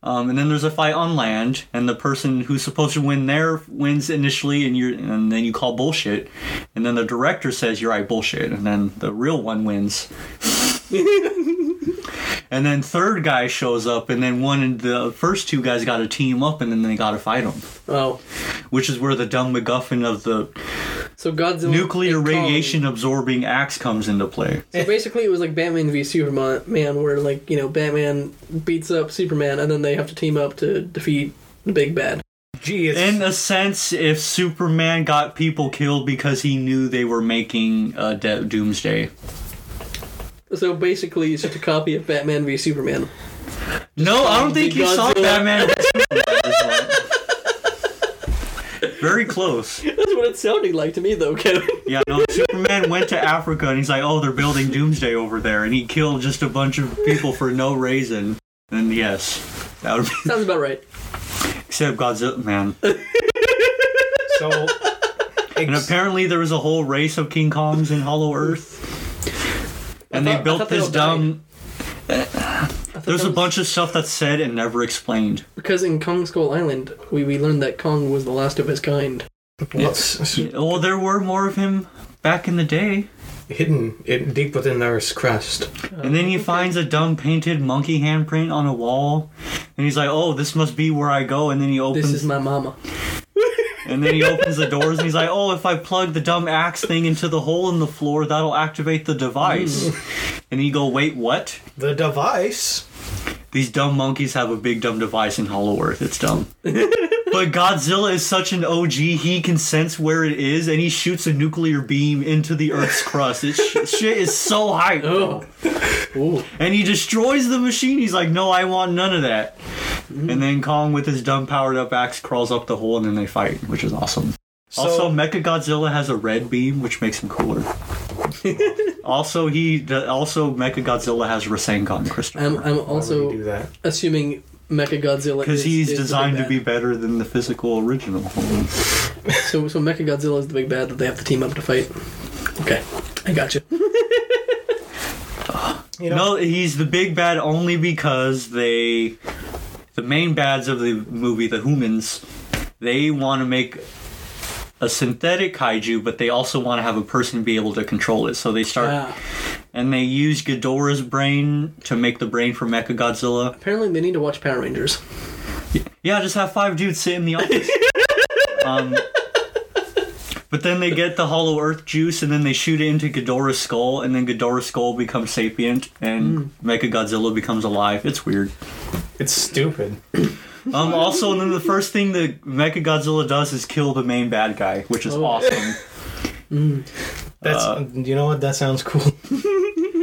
C: Um, and then there's a fight on land, and the person who's supposed to win there wins initially, and you and then you call bullshit, and then the director says you're right bullshit, and then the real one wins. and then third guy shows up, and then one and the first two guys got to team up, and then they got to fight him,
B: Oh,
C: which is where the dumb MacGuffin of the
B: so Godzilla
C: nuclear
B: and Kong.
C: radiation absorbing axe comes into play.
B: So basically, it was like Batman v Superman, man, where like you know Batman beats up Superman, and then they have to team up to defeat the big bad.
A: Gee, it's,
C: In a sense, if Superman got people killed because he knew they were making uh, de- Doomsday.
B: So basically, it's just a copy of Batman v Superman.
C: No, I don't think he saw
B: Godzilla.
C: Batman. versus Superman. Very close.
B: That's what it sounded like to me, though, Kevin.
C: Yeah, no, Superman went to Africa and he's like, oh, they're building Doomsday over there. And he killed just a bunch of people for no reason. And yes, that would be.
B: Sounds about right.
C: Except Godzilla, man.
A: so.
C: And
A: Ex-
C: apparently there was a whole race of King Kongs in Hollow Earth. And
B: I
C: they
B: thought- I
C: built
B: thought they
C: this
B: all
C: dumb.
B: I thought
C: There's
B: that
C: a
B: was-
C: bunch of stuff that's said and never explained.
B: because in Kong Skull Island, we, we learned that Kong was the last of his kind.
A: it's
C: Well, there were more of him back in the day.
A: hidden in, deep within the Earth's crust.
C: And then he finds a dumb painted monkey handprint on a wall. And he's like, oh, this must be where I go. And then he
B: This
C: opens
B: is my mama.
C: and then he opens the doors and he's like, oh, if I plug the dumb axe thing into the hole in the floor, that'll activate the device. and you go, wait, what?
A: The device.
C: These dumb monkeys have a big dumb device in Hollow Earth. It's dumb. but Godzilla is such an OG, he can sense where it is and he shoots a nuclear beam into the Earth's crust. It sh- shit is so hype.
B: Oh. Ooh.
C: And he destroys the machine. He's like, no, I want none of that. And then Kong, with his dumb powered up axe, crawls up the hole and then they fight, which is awesome.
A: So,
C: also, Mecha Godzilla has a red beam, which makes him cooler. also, he also Mecha Godzilla has Rasengan crystal.
B: I'm, I'm
A: why would you
B: also
A: do that?
B: assuming Mechagodzilla
C: Because
B: is-
C: he's
B: is the big
C: designed to
B: bad.
C: be better than the physical original.
B: So, so Mechagodzilla is the big bad that they have to team up to fight. Okay, I got you.
A: You know,
C: no, he's the big bad only because they, the main bads of the movie, the humans, they want to make a synthetic kaiju, but they also want to have a person be able to control it. So they start
B: Ah.
C: and they use Ghidorah's brain to make the brain for Mechagodzilla.
B: Apparently, they need to watch Power Rangers.
C: Yeah, just have five dudes sit in the office. um, but then they get the Hollow Earth juice, and then they shoot it into Ghidorah's skull, and then Ghidorah's skull becomes sapient, and
B: Hmm.
C: Mecha Mechagodzilla becomes alive. It's weird.
A: it's stupid.
C: Um, also, and then the first thing that Mechagodzilla does is kill the main bad guy, which is
B: Oh.
C: awesome.
A: That's
C: uh,
A: you know what? That sounds cool.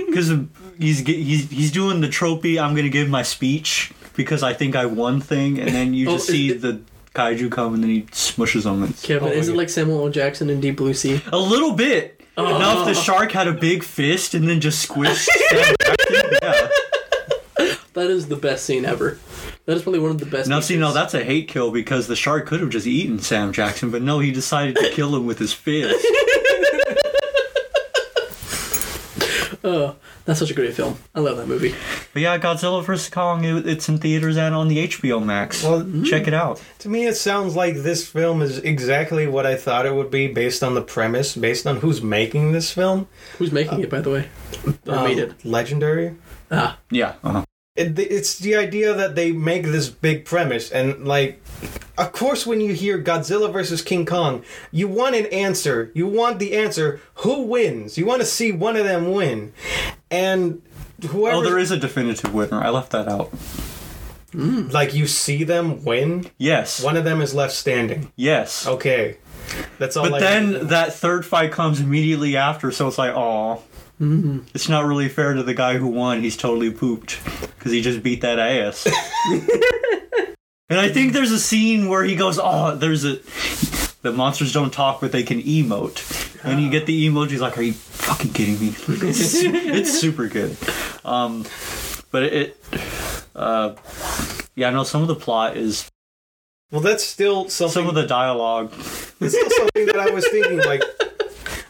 C: Because he's ge- he's he's doing the trophy. I'm gonna give my speech because I think I won thing, and then you
B: Oh,
C: just
B: is
C: see
B: it-
C: the kaiju come, and then he smushes them. It's-
B: Kevin,
A: Oh my
B: is it
A: God.
B: like Samuel L. Jackson in Deep Blue Sea?
C: A little bit.
A: Oh.
C: Enough the shark had a big fist and then just squished. Sam Jackson. yeah.
B: That is the best scene ever. That is probably one of the best.
C: Now, see,
B: pieces.
C: no, oh, that's a hate kill because the shark could have just eaten Sam Jackson, but no, he decided to kill him with his fist.
B: That's such a great film. I love that movie.
C: But yeah, Godzilla vs. Kong, it, it's in theaters and on the HBO Max.
A: Well, mm.
C: Check it out.
A: To me, it sounds like this film is exactly what I thought it would be, based on the premise, based on who's making this film. Um,
B: Who's making it, by the way?
A: Uh,
B: Or made it?
A: Legendary.
B: Ah,
C: Yeah. uh-huh.
A: It, it's the idea that they make this big premise, and like, of course, when you hear Godzilla versus King Kong, you want an answer. You want the answer. Who wins? You want to see one of them win, and whoever,
C: Oh, there is a definitive winner. I left that out.
A: like, you see them win.
C: Yes.
A: One Oh, of them is left standing.
C: Yes.
A: Okay, that's all.
C: But
A: I
C: then that third fight comes immediately after, so it's like, aw. It's not really fair to the guy who won. He's totally pooped because he just beat that ass. And I think there's a scene where he goes, "Oh, there's a." The monsters don't talk, but they can emote. And you get the emoji. He's like, "Are you fucking kidding me?" It's, it's super good. Um, but it, uh, yeah, I know some of the plot is
A: Well, that's still something.
C: some of the dialogue.
A: It's still something that I was thinking. Like,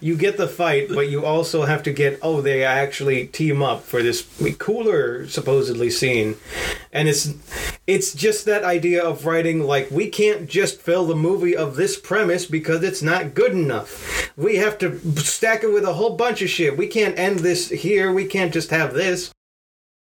A: you get the fight, but you also have to get. Oh, they actually team up for this cooler supposedly scene, and it's it's just that idea of writing. Like, we can't just fill the movie of this premise because it's not good enough. We have to stack it with a whole bunch of shit. We can't end this here. We can't just have this.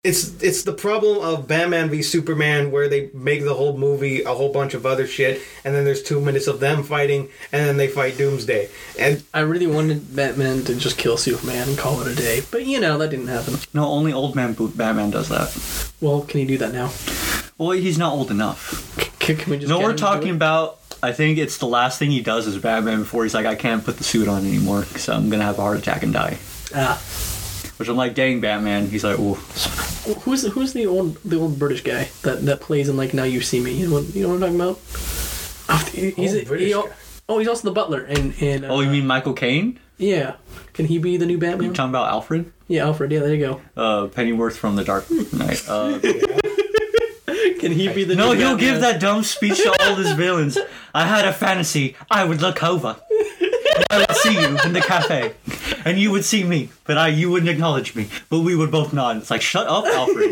A: It's it's the problem of Batman v Superman where they make the whole movie a whole bunch of other shit, and then there's two minutes of them fighting, and then they fight Doomsday, and
B: I really wanted Batman to just kill Superman and call it a day, but you know that didn't happen.
C: No, only old man Bo- Batman does that.
B: Well, can he do that now?
C: Well, he's not old enough.
B: C- Can, we just?
C: no,
B: get
C: we're
B: him to do
C: talking
B: it?
C: about. I think it's the last thing he does is Batman before he's like, I can't put the suit on anymore because I'm gonna have a heart attack and die.
B: Ah,
C: Which I'm like, dang, Batman. He's like, oh,
B: Wh- who's the, who's the old the old British guy that, that plays in like Now You See Me? You know what, you know what I'm talking about? Oh, he- he's
A: Old
B: a-
A: British
B: he al-
A: guy.
B: Oh, he's also the butler and and. Uh,
C: oh, you mean Michael Caine?
B: yeah? Can he be the new
C: You
B: Batman?
C: talking about Alfred?
B: yeah, Alfred. Yeah, there you go.
C: Uh, Pennyworth from the Dark Knight. Uh,
B: Can he be the
C: no,
B: new
C: he'll give
B: Batman?
C: that dumb speech to all his villains. I had a fantasy. I would look over. And I would see you in the cafe, and you would see me, but I you wouldn't acknowledge me. But we would both nod. It's like, shut up, Alfred.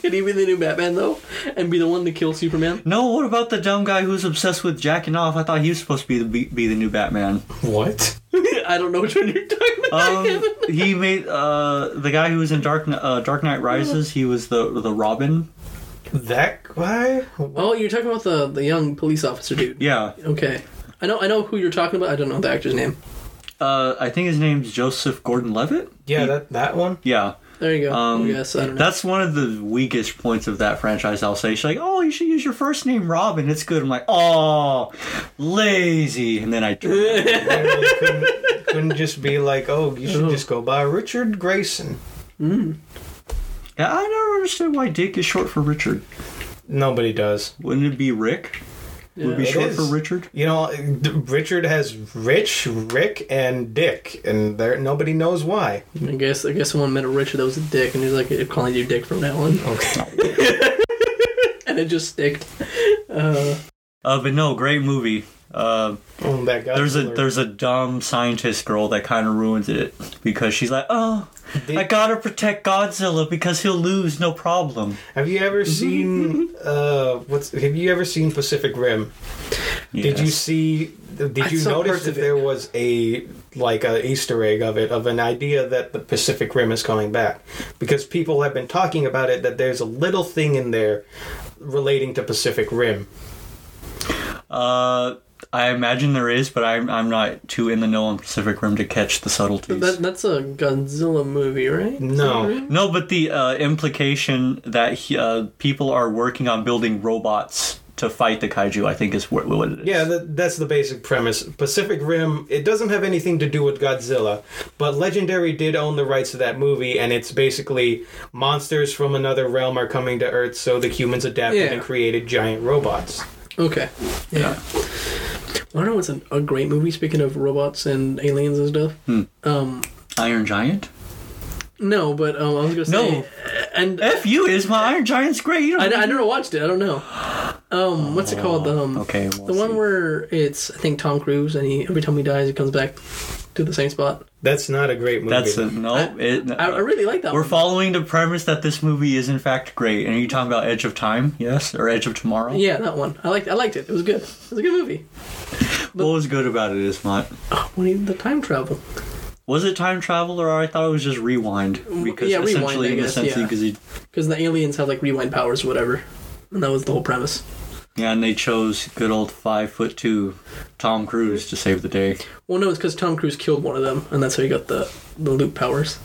B: Can he be the new Batman though, and be the one to kill Superman?
C: No, what about the dumb guy who's obsessed with jacking off? I thought he was supposed to be the be, be the new Batman.
A: what?
B: I don't know which one you're talking about.
C: Um, he made uh, the guy who was in Dark Kn- uh, Dark Knight Rises. He was the the Robin.
A: That guy?
B: oh, you're talking about the the young police officer dude.
C: Yeah,
B: Okay. I know I know who you're talking about. I don't know the actor's name.
C: uh, I think his name's Joseph Gordon-Levitt.
A: Yeah, that that one.
C: Yeah,
B: There you go.
C: Um,
B: yes, I don't know.
C: that's one of the weakest points of that franchise. I'll say she's like, oh, you should use your first name, Robin. It's good. I'm like, oh, lazy, and then I turn.
A: Literally couldn't, couldn't just be like, oh, you should just go by Richard Grayson.
C: yeah, I never understood why Dick is short for Richard.
A: Nobody does.
C: Wouldn't it be Rick? Would be
A: It
C: short
A: is.
C: for Richard.
A: You know, d- Richard has Rich, Rick, and Dick, and there nobody knows why.
B: I guess I guess someone met a Richard that was a dick, and he's like, "I'm calling you Dick from now on,"
A: Okay.
B: and it just sticked.
C: Uh, but no, great movie. Uh,
A: Oh, that guy.
C: there's a there's a dumb scientist girl that kind of ruins it because she's like, oh, I gotta protect Godzilla because he'll lose, no problem.
A: Have you ever seen uh what's have you ever seen Pacific Rim? Did you
C: Yes.
A: see did
B: I
A: you
B: saw
A: notice
B: parts
A: that
B: of it.
A: there was a like a Easter egg of it of an idea that the Pacific Rim is coming back because people have been talking about it that there's a little thing in there relating to Pacific Rim.
C: Uh, I imagine there is, but I'm I'm not too in the know on Pacific Rim to catch the subtleties.
B: That, that's a Godzilla movie, right? Mm-hmm.
A: No.
C: no, but the uh, implication that he, uh, people are working on building robots to fight the kaiju, I think, is wh- what it is.
A: Yeah, that, that's the basic premise. Pacific Rim, it doesn't have anything to do with Godzilla, but Legendary did own the rights to that movie, and it's basically monsters from another realm are coming to Earth, so the humans adapted
B: Yeah.
A: and created giant robots.
B: Okay. Yeah. I know it's an, a great movie. Speaking of robots and aliens and stuff. Um,
C: Iron Giant.
B: no, but um, I was gonna say. uh,
C: No.
B: And I,
C: F you is my Iron Giant's great. You don't
B: I never watched it. I don't know. Um, what's it called? Um,
C: Oh, Okay, we'll
B: the one
C: see.
B: where it's I think Tom Cruise, and he every time he dies, he comes back to the same spot.
A: That's not a great movie.
C: That's a, no. it,
B: I, I really like that.
C: We're
B: one.
C: following the premise that this movie is in fact great. And are you talking about Edge of Time? Yes, or Edge of Tomorrow?
B: Yeah, that one. I liked. I liked it. It was good. It was a good movie.
C: What was good about it is not.
B: Oh, we need the time travel.
C: Was it time travel or I thought it was just rewind? Because
B: yeah, rewind,
C: essentially,
B: I guess,
C: essentially,
B: yeah.
C: because yeah.
B: Because the aliens have like rewind powers, or whatever, and that was the whole premise.
C: yeah, and they chose good old five foot two Tom Cruise to save the day.
B: Well, no, it's because Tom Cruise killed one of them, and that's how he got the the loop powers.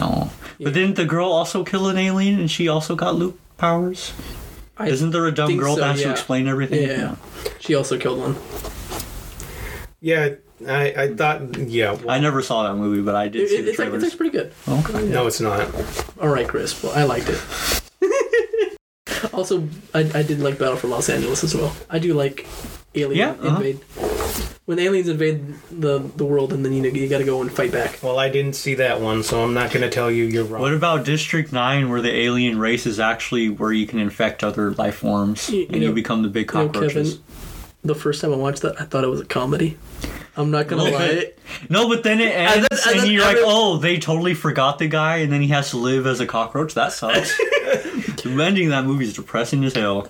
C: Oh, but didn't the girl also kill an alien and she also got Luke powers?
B: I
C: Isn't there a dumb
B: think
C: girl
B: so,
C: that has
B: yeah.
C: to explain everything?
B: Yeah. She also killed one.
A: Yeah, I, I thought, yeah. well,
C: I never saw that movie, but I did
B: It,
C: see
B: it-
C: the
B: it's, like, it's
C: trailers.
B: actually pretty good.
C: okay.
A: no, it's not.
B: All right, Chris. Well, I liked it. Also, I, I did like Battle for Los Angeles as well. I do like Alien
C: Yeah, uh-huh.
B: Invade. When aliens invade the, the world, and then you know, you got to go and fight back.
A: Well, I didn't see that one, so I'm not going to tell you you're wrong.
C: What about District 9, where the alien race is actually where you can infect other life forms
B: You- you
C: and you
B: know-
C: become the big
B: You know,
C: Oh, cockroaches?
B: Kevin, the first time I watched that, I thought it was a comedy. I'm not gonna
C: Little
B: lie.
C: bit. No, but then it ends, and,
B: then- and then
C: you're like,
B: every-
C: oh, they totally forgot the guy, and then he has to live as a cockroach. That sucks. The Ending that movie is depressing as hell.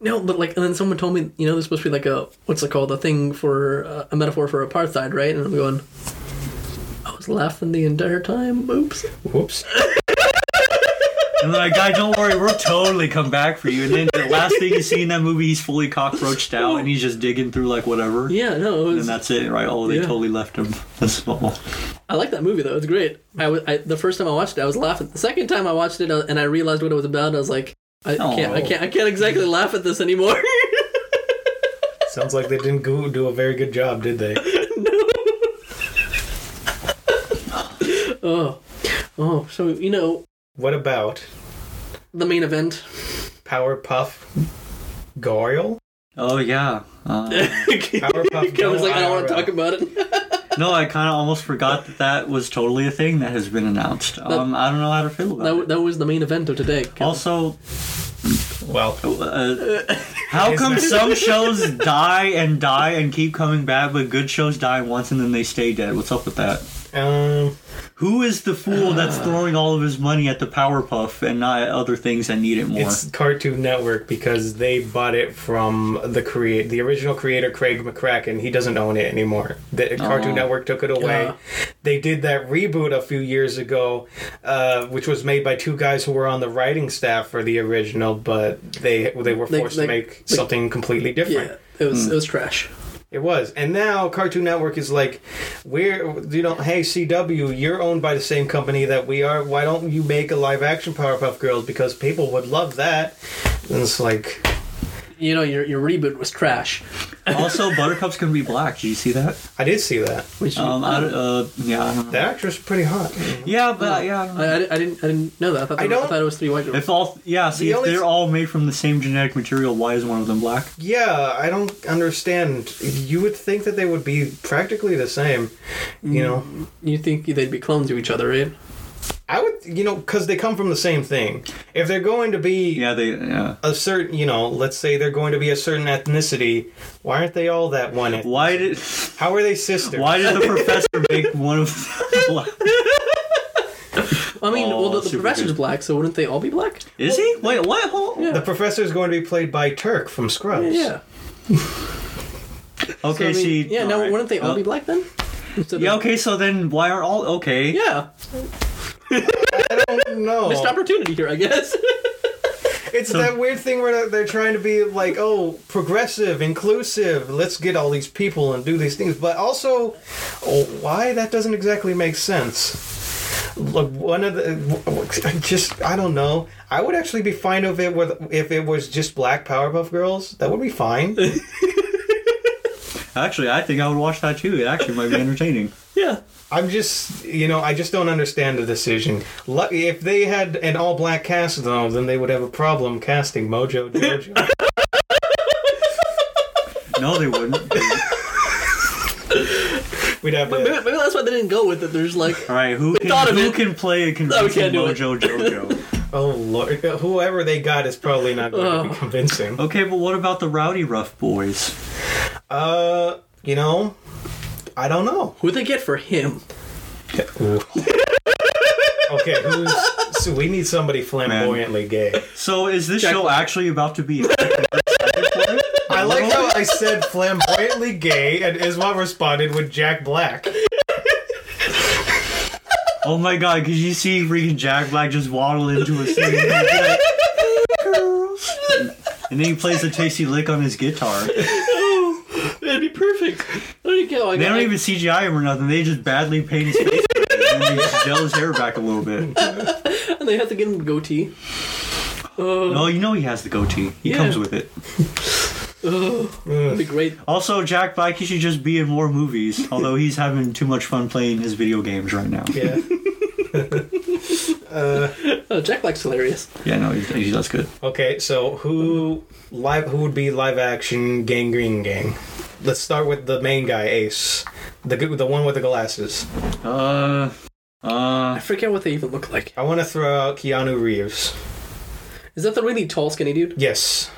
B: No, but like, and then someone told me, you know, there's supposed to be like a what's it called, a thing for uh, a metaphor for apartheid, right? And I'm going, I was laughing the entire time. Oops.
A: Whoops.
C: And they're like, guy, don't worry, we'll totally come back for you. And then the last thing you see in that movie, he's fully cockroached out, and he's just digging through like whatever.
B: Yeah, no, it
C: And
B: was.
C: that's it, right? Oh, they
B: Yeah.
C: totally left him. That's all.
B: I like that movie though. It's great. I, was, I the first time I watched it, I was laughing. The second time I watched it, uh, and I realized what it was about. I was like, I can't, I
C: Oh.
B: can't, I can't exactly laugh at this anymore.
A: Sounds like they didn't go do a very good job, did they?
B: oh, oh. So you know,
A: What about
B: the main event.
A: Powerpuff Goyle?
C: Oh yeah. Uh,
A: Powerpuff
B: Kevin's like, I don't want to
A: IRL.
B: talk about it.
C: no, I kind of almost forgot that that was totally a thing that has been announced. Um, I don't know how to feel about
B: that,
C: it.
B: wa- that was the main event of today. Kevin.
C: Also,
A: Well,
C: uh, how come some shows die and die and keep coming back, but good shows die once and then they stay dead? What's up with that?
A: um,
C: Who is the fool
A: Uh.
C: that's throwing all of his money at the Powerpuff and not at other things that need it more?
A: it's Cartoon Network because they bought it from the create the original creator Craig McCracken. He doesn't own it anymore. The Cartoon
C: Oh.
A: Network took it away.
B: Yeah.
A: They did that reboot a few years ago, uh, which was made by two guys who were on the writing staff for the original, but they they were
B: They-
A: forced
B: they-
A: to make
B: they-
A: something completely different.
B: yeah, it was
C: Hmm.
B: it was trash.
A: It was, and now Cartoon Network is like, we're you know, hey CW, you're owned by the same company that we are. Why don't you make a live action Powerpuff Girls because people would love that? And it's like,
B: You know, your your reboot was trash.
C: also, Buttercup's gonna be black. Did you see that?
A: I did see that.
B: Which
C: Um, I, don't- uh, yeah, I don't know.
A: The actress is pretty hot.
C: yeah, but yeah. I don't know.
A: Uh,
B: I, I, di- I didn't I didn't know that. I thought,
A: I
B: they were- I
A: don't-
B: thought it was three white girls.
C: If all, yeah, see,
A: The
C: if
A: only-
C: they're all made from the same genetic material, why is one of them black?
A: Yeah, I don't understand. You would think that they would be practically the same, you know.
C: Mm.
B: You think they'd be clones of each other, right?
A: I would, you know, because they come from the same thing. If they're going to be
C: Yeah, they, yeah.
A: a certain, you know, let's say they're going to be a certain ethnicity, why aren't they all that one? eth-
C: Why did,
A: How are they sisters?
C: why did the professor make one of them black?
B: I mean,
C: Oh,
B: well, the, the
C: super
B: professor's
C: good.
B: black, so wouldn't they all be black?
C: Is he? Wait, what? Hold-
B: Yeah.
A: The professor is going to be played by Turk from Scrubs.
B: Yeah.
C: Okay,
B: So, I mean,
C: see.
B: yeah. Now,
C: alright.
B: wouldn't they all
C: Uh,
B: be black then? Instead
C: Yeah,
B: Of,
C: okay, so then why are all. Okay.
B: yeah.
A: No,
C: Oh.
B: Missed opportunity here, I guess.
A: it's that weird thing where they're trying to be like, oh, progressive, inclusive. Let's get all these people and do these things, but also, oh, why that doesn't exactly make sense. Look, one of the just I don't know. I would actually be fine if it was if it was just black Powerpuff Girls. That would be fine.
C: Actually, I think I would watch that too. It actually might be entertaining.
B: yeah.
A: I'm just, you know, I just don't understand the decision. Lu- If they had an all black cast, though, then they would have a problem casting Mojo Jojo.
C: No, they wouldn't.
A: We'd have
B: Maybe,
A: to,
B: maybe that's why they didn't go with it. There's like,
C: Alright, who,
B: thought
C: can,
B: of
C: who
B: it.
C: can play a convincing
B: can't do it.
C: Mojo Jojo?
A: oh lord, whoever they got is probably not going to be convincing.
C: Okay, but what about the Rowdy Rough Boys?
A: Uh, you know, I don't know.
B: who'd they get for him?
A: Okay, who's so we need somebody flamboyantly gay.
C: So is this
B: Jack-
C: show actually about to be.
A: I like how I said flamboyantly gay, and Isma responded with Jack Black.
C: Oh my god, could you see freaking Jack Black just waddle into a scene? and be like, "Girls." And then he plays a tasty lick on his guitar. They
B: It'd be perfect. There you go. I got
C: don't even CGI him or nothing. They just badly paint his face and then they just gel his hair back a little bit.
B: And they have to get him a goatee.
C: No, you know he has the goatee. He
B: Yeah.
C: comes with it.
B: It'd be great.
C: Also, Jack Black, he should just be in more movies. Although he's having too much fun playing his video games right now.
A: Yeah. Uh,
B: Oh, Jack Black's hilarious.
C: Yeah, no, he's, he's, that's good.
A: okay, so who live? Who would be live action Gang Green Gang? Let's start with the main guy, Ace, the good- the one with the glasses.
C: Uh,
B: I
C: uh,
B: forget what they even look like.
A: I want to throw out Keanu Reeves.
B: Is that the really tall, skinny dude?
A: Yes,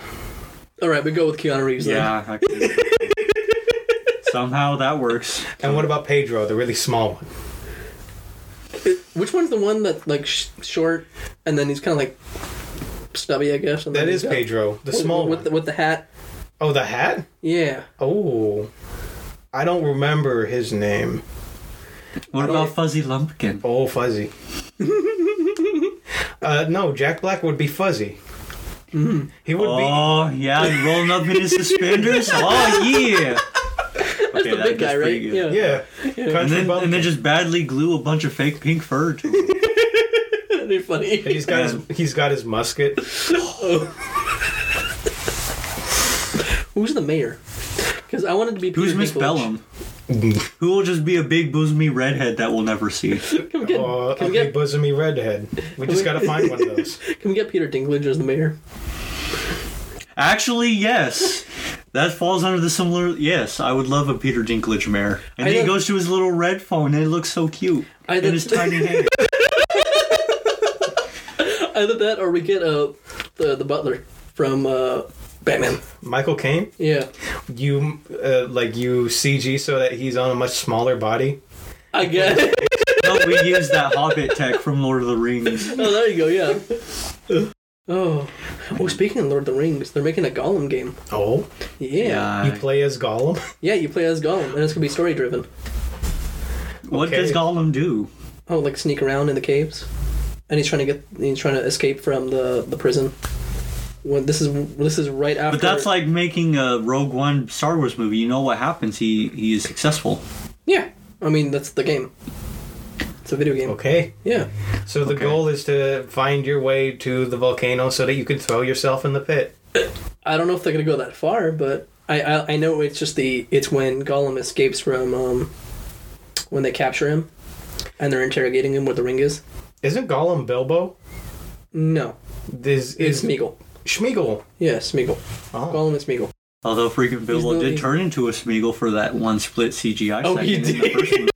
B: All right, we go with Keanu Reeves. then.
C: yeah. I could- Somehow that works.
A: and what about Pedro, the really small one?
B: It- which one's the one that like sh- short, and then he's kind of like stubby, I guess. And
A: That
B: then
A: is
B: he's got-
A: Pedro, the
B: with-
A: small
B: with,
A: one.
B: The, with the hat.
A: oh, the hat.
B: Yeah.
A: Oh, I don't remember his name.
C: What about Fuzzy Lumpkin?
A: Oh, fuzzy. uh, no, Jack Black would be fuzzy.
B: Mm-hmm.
A: He would be.
C: Oh yeah, he's rolling up in his suspenders. Oh yeah. Okay,
B: the
C: that-
B: big guy,
C: pretty
B: right?
C: good.
B: Yeah.
A: Yeah.
C: And
A: Country
C: then,
A: bumpkin.
C: and then just badly glue a bunch of fake pink fur to him.
B: That'd be funny.
A: And he's got his he's got his musket.
B: Who's the mayor? Because I wanted to be.
C: Who's
B: Peter
C: Miss
B: Dinklage.
C: Bellum? Who will just be a big bosomy redhead that we'll never see?
B: Can we get?
A: Oh,
B: can, we
A: ugly
B: get
A: bosomy redhead. We just gotta find one of those.
B: can we get Peter Dinklage as the mayor?
C: Actually, yes. That falls under the similar. Yes, I would love a Peter Dinklage mare. And
B: I
C: he
B: love-
C: goes to his little red phone and it looks so cute.
B: I
C: and
B: love-
C: his tiny hair.
B: Either that, or we get uh, the the butler from uh, Batman.
A: Michael Caine,
B: Yeah.
A: you uh, like you CG so that he's on a much smaller body.
B: I guess.
C: No, we use that Hobbit tech from Lord of the Rings.
B: oh, there you go. Yeah. Oh. Oh, speaking of Lord of the Rings, they're making a Gollum game.
A: Oh,
B: Yeah.
A: you play as Gollum.
B: Yeah, you play as Gollum, and it's gonna be story driven.
C: what
A: okay.
C: does Gollum do?
B: Oh, like sneak around in the caves, and he's trying to get he's trying to escape from the the prison. When this is this is right after.
C: But that's like making a Rogue One Star Wars movie. You know what happens? He he is successful.
B: yeah. I mean, that's the game. It's a video game.
A: Okay,
B: Yeah.
A: so the
C: Okay.
A: goal is to find your way to the volcano so that you can throw yourself in the pit.
B: I don't know if they're gonna go that far, but I I, I know it's just the it's when Gollum escapes from um when they capture him, and they're interrogating him where the ring is.
A: Isn't Gollum Bilbo?
B: No,
A: This is
B: it's
C: Mm-hmm.
B: Smeagol.
A: Schmeagol.
B: Yeah, Smeagol.
A: Oh.
B: Gollum is Smeagol.
C: Although freaking Bilbo
B: the-
C: did turn into a Smeagol for that one split CGI
B: Oh,
C: second
B: he
C: in the first movie.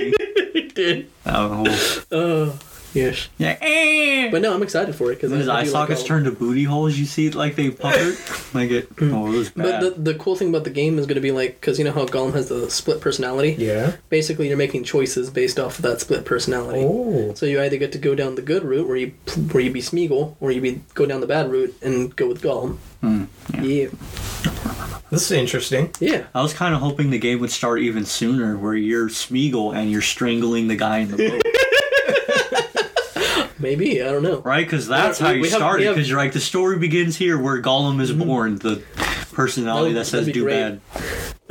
B: It did.
C: Oh, well.
B: Oh, yes.
C: yeah. eh.
B: But no, I'm excited for it because
C: When his eye sockets turn to booty holes, you see, like they pucker, like it. Oh, it was
B: Mm. But
C: bad.
B: the, the cool thing about the game is going to be like, because you know how Gollum has the split personality?
A: Yeah.
B: Basically, you're making choices based off of that split personality.
A: Oh.
B: So you either get to go down the good route, where you where you be Smeagol, or you be go down the bad route and go with Gollum.
A: Hmm,
B: yeah.
A: This is interesting.
B: yeah,
C: I was kind of hoping the game would start even sooner, where you're Smeagol and you're strangling the guy in the boat,
B: maybe I don't know.
C: right? Because that's
B: Yeah,
C: how
B: we-
C: you
B: we have-
C: start
B: we
C: it.
B: have-
C: Because you're like, the story begins here, where Gollum is born, the personality
B: That would-
C: that says
B: that'd be
C: do
B: great.
C: bad.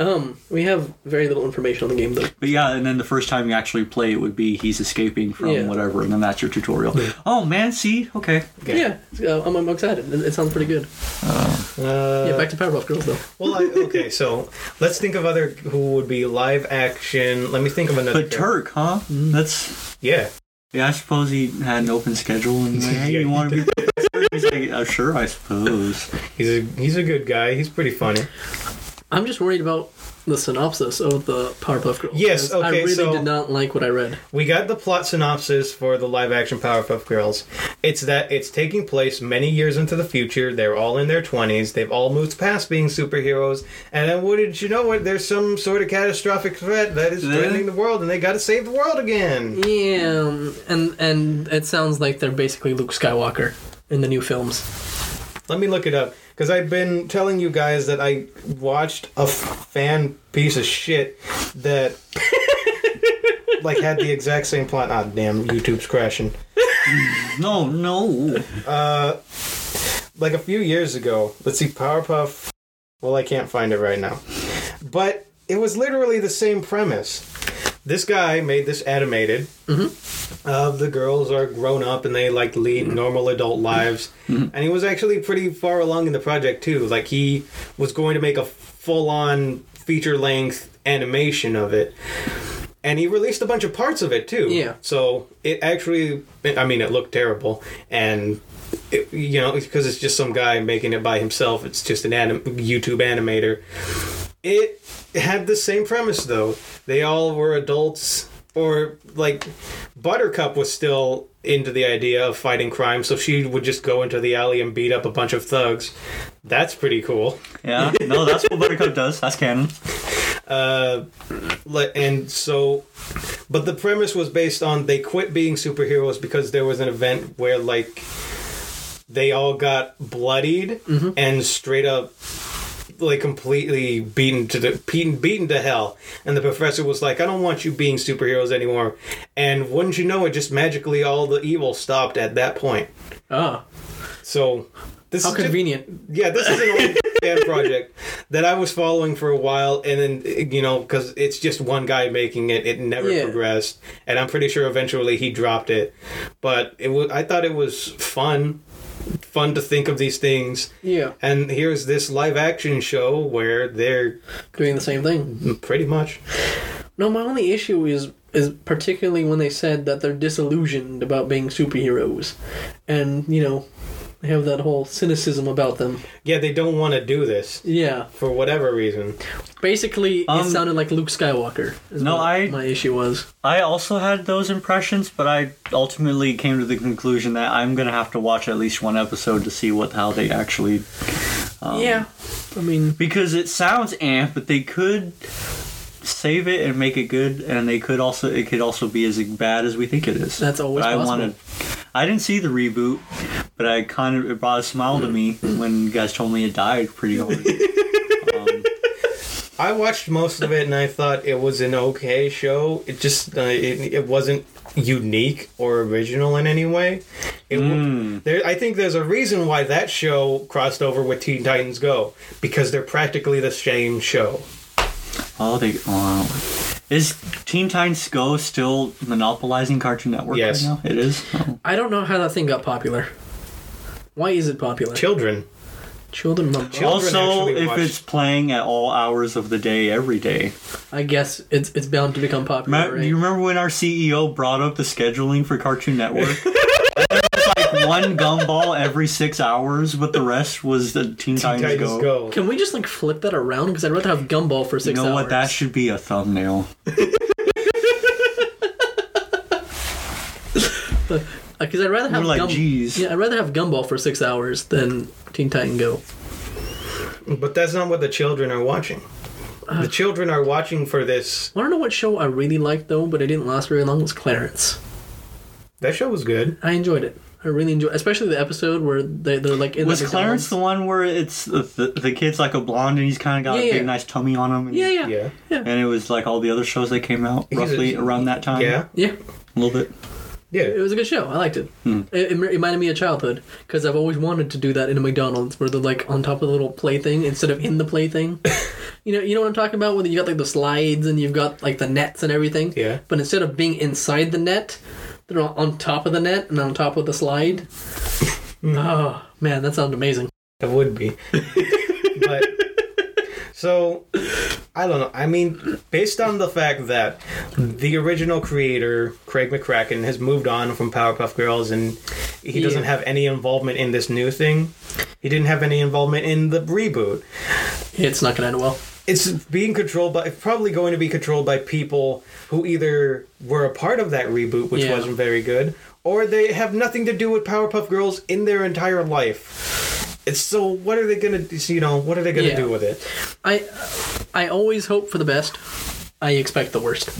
B: Um, we have very little information on the game though.
C: But yeah, and then the first time you actually play it would be he's escaping from
B: Yeah.
C: whatever, and then that's your tutorial. Oh man, see, okay,
A: Okay.
B: Yeah, uh, I'm, I'm excited. It, it sounds pretty good.
A: Uh,
B: Yeah, back to Powerpuff Girls though.
A: Well, I, okay, so let's think of other who would be live action. Let me think of another.
C: but
A: character.
C: Turk, huh? That's
A: Yeah.
C: yeah. I suppose he had an open schedule, and he's like, hey,
A: Yeah,
C: you
A: he
C: want to be? He's like, uh, sure, I suppose.
A: He's a he's a good guy. He's pretty funny.
B: I'm just worried about the synopsis of the Powerpuff Girls.
A: Yes,
B: 'cause I
A: okay,
B: really
A: so-
B: did not like what I read.
A: We got the plot synopsis for the live action Powerpuff Girls. It's that it's taking place many years into the future. They're all in their 20s. They've all moved past being superheroes. And then, what did you know? it? There's some sort of catastrophic threat that is
C: Yeah.
A: threatening the world, and they got to save the world again.
B: Yeah, um, and and it sounds like they're basically Luke Skywalker in the new films.
A: Let me look it up because I've been telling you guys that I watched a f- fan piece of shit that like had the exact same plot. Ah, damn, YouTube's crashing.
C: No, no.
A: Uh, like a few years ago. Let's see, Powerpuff. Well, I can't find it right now, but it was literally the same premise. This guy made this animated. Uh, the girls are grown up and they like lead normal adult lives. And he was actually pretty far along in the project too. Like he was going to make a full on feature length animation of it. and he released a bunch of parts of it too.
B: Yeah.
A: So it actually, I mean, it looked terrible, and it, you know, because it's just some guy making it by himself. It's just an anim- YouTube animator. It had the same premise though. They all were adults, or like Buttercup was still into the idea of fighting crime, so she would just go into the alley and beat up a bunch of thugs. That's pretty cool.
C: Yeah, no, that's what Buttercup does. That's canon.
A: Uh, le- and so, but the premise was based on they quit being superheroes because there was an event where like they all got bloodied
B: Mm-hmm.
A: and straight up like completely beaten to the beaten, beaten to hell and the professor was like i don't want you being superheroes anymore and wouldn't you know it just magically all the evil stopped at that point
B: Ah,
A: so this
B: how
A: is just-
B: convenient.
A: yeah, this is an old fan project that I was following for a while, and then you know, because it's just one guy making it, it never
B: Yeah.
A: progressed, and I'm pretty sure eventually he dropped it. But it was, I thought it was fun, fun to think of these things.
B: Yeah,
A: And here's this live action show where they're
B: doing the same thing.
A: pretty much
B: No, my only issue is is particularly when they said that they're disillusioned about being superheroes, and you know, they have that whole cynicism about them.
A: yeah they don't want to do this
B: Yeah,
A: for whatever reason.
B: basically,
C: Um,
B: it sounded like Luke Skywalker. is
C: no,
B: what
C: I-
B: my issue was.
C: I also had those impressions, but I ultimately came to the conclusion that I'm gonna have to watch at least one episode to see what how they actually Um,
B: yeah, I mean,
C: because it sounds amp, but they could save it and make it good, and they could also it could also be as bad as we think it is.
B: That's always
C: But I
B: possible.
C: wanted. I didn't see the reboot, but I kind of it brought a smile to me when you guys told me it died pretty hard.
A: I watched most of it and I thought it was an okay show. It just uh, it, it wasn't unique or original in any way. It wa-
C: Hmm.
A: there, I think there's a reason why that show crossed over with Teen Titans Go because they're practically the same show.
C: oh, they. Oh. Is Teen Titans Go still monopolizing Cartoon Network
A: Yes.
C: right now? It is. Oh.
B: I don't know how that thing got popular. Why is it popular?
A: Children,
B: Children, my
A: Chil- Children
C: Also,
A: actually
C: if
A: watch-
C: it's playing at all hours of the day every day.
B: I guess it's it's bound to become popular.
C: Ma-
B: right?
C: You remember when our CEO brought up the scheduling for Cartoon Network? It was like one gumball every six hours, but the rest was the Teen, Titans,
A: Titans
C: Go.
A: Go.
B: Can we just like flip that around? Because I'd rather have gumball for
C: You
B: six
C: know
B: hours.
C: what? That should be a thumbnail.
B: Because I'd rather have
C: We're like,
B: gum-
C: "Geez."
B: Yeah, I'd rather have gumball for six hours than Teen Titan Go.
A: But that's not what the children are watching. The children are watching for this.
B: I don't know what show I really liked though, but it didn't last very long. Was Clarence?
A: That show was good.
B: I enjoyed it. I really enjoyed, especially the episode where they they're like in
C: Was
B: the
C: Clarence the
B: McDonald's.
C: one where it's the, the, the kid's like a blonde and he's kind of got
B: Yeah,
C: a
B: yeah.
C: big, nice tummy on him? And,
B: Yeah, yeah,
A: Yeah.
B: yeah,
C: And it was like all the other shows that came out
A: He's a-
C: roughly around that time.
A: Yeah.
B: yeah.
C: a little bit.
B: It
A: Yeah.
B: was a good show. I liked it. It, it reminded me of childhood because I've always wanted to do that in a McDonald's where they're like on top of the little play thing instead of in the play thing. you know, you know what I'm talking about? Where you got like the slides and you've got like the nets and everything.
A: Yeah.
B: But instead of being inside the net, they're on- on top of the net and on top of the slide.
C: Mm.
B: oh man, that sounds amazing.
A: That would be. but so I don't know. I mean, based on the fact that the original creator Craig McCracken has moved on from Powerpuff Girls and he
B: Yeah.
A: doesn't have any involvement in this new thing. He didn't have any involvement in the reboot.
B: It's not gonna end well.
A: It's being controlled by probably going to be controlled by people who either were a part of that reboot which
B: Yeah.
A: wasn't very good or they have nothing to do with Powerpuff Girls in their entire life. It's so what are they going to you know, what are they going to
B: Yeah.
A: do with it?
B: I I always hope for the best. I expect the worst.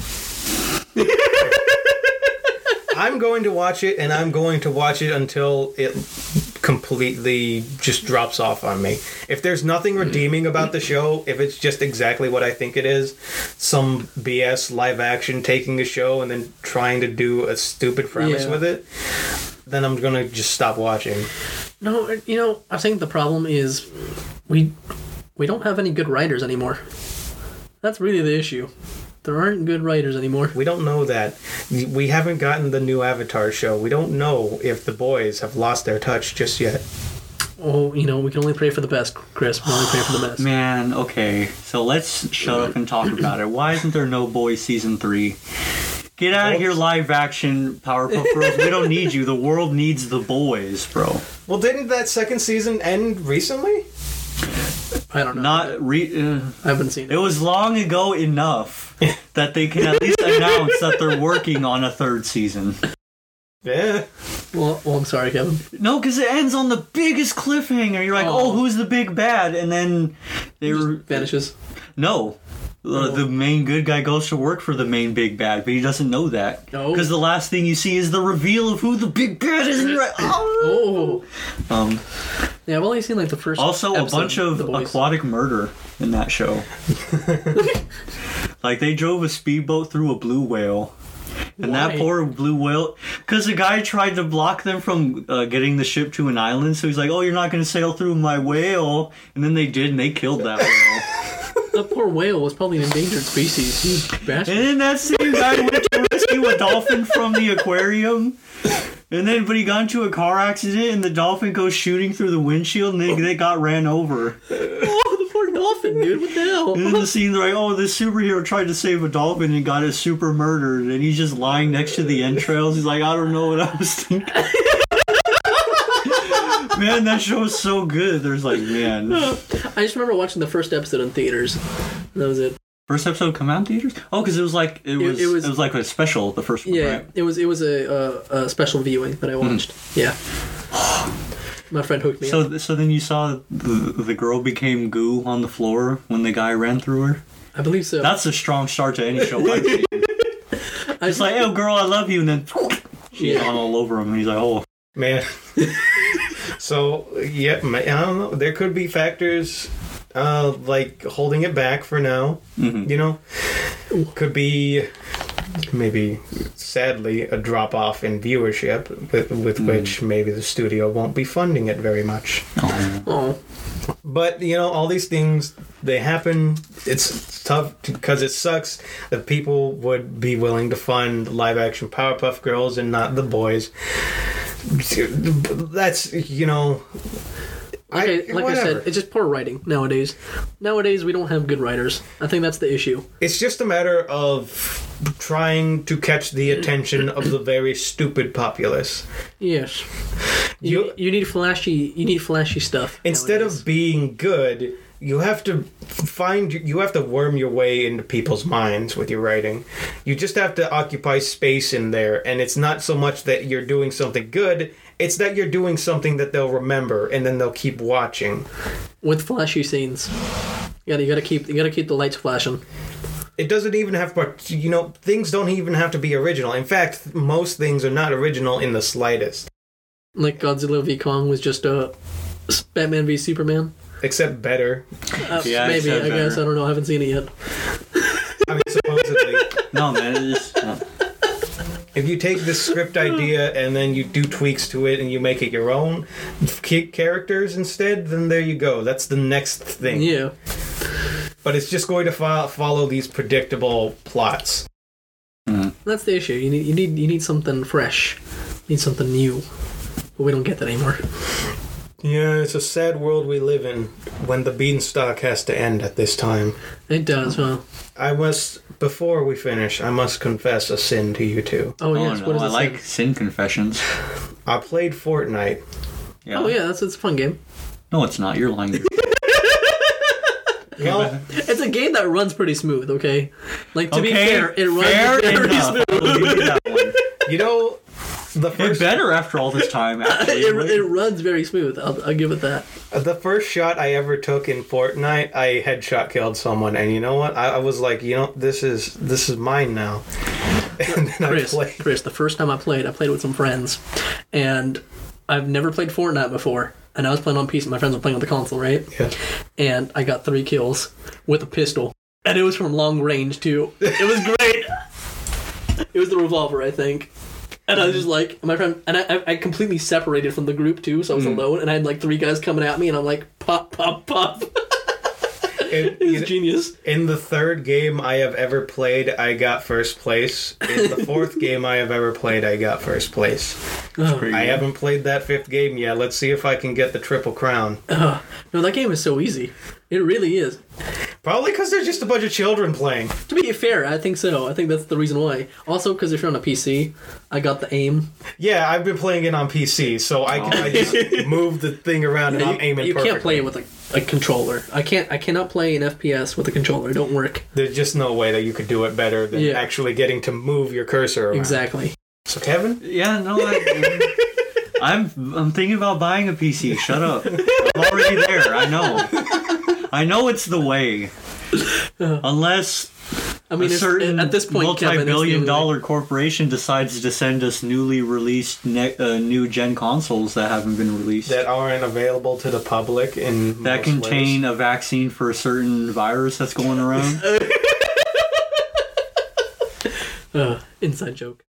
A: I'm going to watch it, and I'm going to watch it until it completely just drops off on me. If there's nothing redeeming about the show, if it's just exactly what I think it is, some BS live action taking a show and then trying to do a stupid premise
B: Yeah.
A: with it, then I'm gonna just stop watching.
B: No, you know, I think the problem is we we don't have any good writers anymore. That's really the issue. There aren't good writers anymore.
A: We don't know that. We haven't gotten the new Avatar show. We don't know if the boys have lost their touch just yet.
B: Oh, you know, we can only pray for the best, Chris. We only pray for the best.
C: Man, okay. So let's shut up and talk about it. Why isn't there No Boy season three? Get out of here, live action Powerpuff Girls. we don't need you. The world needs the boys, bro.
A: Well, didn't that second season end recently?
B: I don't know.
C: Not re. Uh,
B: I haven't seen
C: it
B: it.
C: was long ago enough that they can at least announce that they're working on a third season.
A: Yeah.
B: Well, well, I'm sorry, Kevin.
C: No, because it ends on the biggest cliffhanger. You're like, oh,
B: Oh.
C: who's the big bad? And then they were
B: Vanishes.
C: No. Uh, the main good guy goes to work for the main big bad, but he doesn't know that.
B: No.
C: Because the last thing you see is the reveal of who the big bad is, and you're like, oh.
B: Oh,
C: Um,
B: yeah. I've only seen like the first.
C: also, a
B: episode
C: bunch of
B: The Boys.
C: aquatic murder in that show. like, they drove a speedboat through a blue whale. And that
B: Why?
C: poor blue whale, because the guy tried to block them from uh, getting the ship to an island, so he's like, "Oh, you're not going to sail through my whale," and then they did, and they killed that whale.
B: The poor whale was probably an endangered species. You bastard.
C: And then that same guy went to rescue a dolphin from the aquarium. And then, but he got into a car accident, and the dolphin goes shooting through the windshield, and then they got ran over.
B: oh, the poor dolphin, dude. What the hell?
C: And then the scene, they're like, oh, this superhero tried to save a dolphin and got it super murdered, and he's just lying next to the entrails. He's like, I don't know what I was thinking. man, that show is so good. There's like, man.
B: I just remember watching the first episode in theaters. That was it.
C: First episode come out in theaters? Oh, because it was like, it was, it,
B: it
C: was,
B: was-
C: like a special, the first one,
B: Yeah,
C: right? Hmm.
B: it was it was a, a, a special viewing that I watched. Yeah, my friend hooked me. up.
C: So, th- so then you saw the, the girl became goo on the floor when the guy ran through her.
B: I believe so.
C: That's a strong start to any show I've seen. It's like, oh, girl, I love you, and then she's
B: Yeah.
C: on all over him, and he's like, oh,
A: Man. so, yeah, ma- I don't know. There could be factors uh, like holding it back for now, you know? Could be maybe, sadly, a drop off in viewership, with, with which maybe the studio won't be funding it very much.
B: oh,
A: But, you know, all these things, they happen. It's tough because it sucks that people would be willing to fund live action Powerpuff Girls and not the boys. That's, you know.
B: okay. like I
A: whatever.
B: said, it's just poor writing nowadays. Nowadays we don't have good writers. I think that's the issue.
A: It's just a matter of trying to catch the attention of the very stupid populace.
B: Yes, you
A: You
B: you need flashy you need flashy stuff.
A: instead
B: nowadays.
A: of being good, you have to find you have to worm your way into people's minds with your writing. You just have to occupy space in there, and it's not so much that you're doing something good, it's that you're doing something that they'll remember and then they'll keep watching.
B: with flashy scenes, you gotta you gotta keep you gotta keep the lights flashing.
A: it doesn't even have to you know things don't even have to be original in fact most things are not original in the slightest
B: Like Godzilla v Kong was just a uh, Batman v Superman.
A: except better
B: Uh,
C: Yeah,
B: maybe
C: except
B: I guess uh,
C: better.
B: I don't know. I haven't seen it yet.
A: i mean supposedly
C: no, man, it's just, uh, no.
A: if you take this script idea and then you do tweaks to it and you make it your own ki- characters instead then there you go that's the next thing
B: Yeah.
A: but it's just going to fo- follow these predictable plots
B: That's the issue. You need you need you need something fresh. You need something new. But we don't get that anymore.
A: yeah it's a sad world we live in when the beanstalk has to end at this time
B: It does, huh?
A: i must before we finish i must confess a sin to you two
B: Oh,
C: oh
B: yes,
C: no,
B: what is
C: I
B: it?
C: like
B: say?
C: sin confessions.
A: I played Fortnite.
C: Yeah.
B: Oh yeah, that's it's a fun game.
C: No, it's not. You're lying. To
A: Well,
B: It's a game that runs pretty smooth, okay? Like to be
C: okay,
B: fair, it runs
C: fair
B: very
C: enough.
B: smooth.
C: I'll give you that one.
A: you know, the
C: You're
A: first
C: better after all this time, actually.
B: It, it runs very smooth. I'll, I'll give it that.
A: the first shot I ever took in Fortnite, I headshot killed someone, and you know what? I, I was like, you know, this is this is mine now. And then I
B: Chris,
A: played.
B: Chris, the first time I played, I played with some friends, and I've never played Fortnite before. And I was playing on PC. My friends were playing on the console, right?
A: Yeah.
B: And I got three kills with a pistol, and it was from long range too. It was great. it was the revolver, I think. And I was just like, my friend, and I- I, I completely separated from the Mm. group too, so I was alone, and I had like three guys coming at me, and I'm like, pop, pop, pop.
A: in,
B: He's genius.
A: in the third game I have ever played, I got first place. In the fourth game I have ever played, I got first place.
C: Pretty
A: I
C: good.
A: haven't played that fifth game yet. Let's see if I can get the triple crown.
B: No, that game is so easy. It really is.
A: Probably because there's just a bunch of children playing.
B: To be fair, I think so. I think that's the reason why. Also, because if you're on a PC, I got the aim.
A: Yeah, I've been playing it on PC, so I can I just move the thing around and I'm aiming
B: you
A: perfectly.
B: can't play it with a, a controller. I can't. I cannot play an FPS with a controller. It don't work.
A: There's just no way that you could do it better than
B: Yeah.
A: actually getting to move your cursor around.
B: Exactly.
A: So Kevin,
C: Yeah, no, I, I'm I'm thinking about buying a PC. Shut up! I'm already there. I know. I know it's the way. Unless
B: Uh-huh. I mean,
C: a
B: it's-
C: certain
B: at this point, Kevin, it's the only way.
C: multi-billion-dollar corporation decides to send us newly released ne- uh, new gen consoles that haven't been released
A: that aren't available to the public in
C: that
A: most
C: contain
A: ways.
C: a vaccine for a certain virus that's going around.
B: uh, inside joke.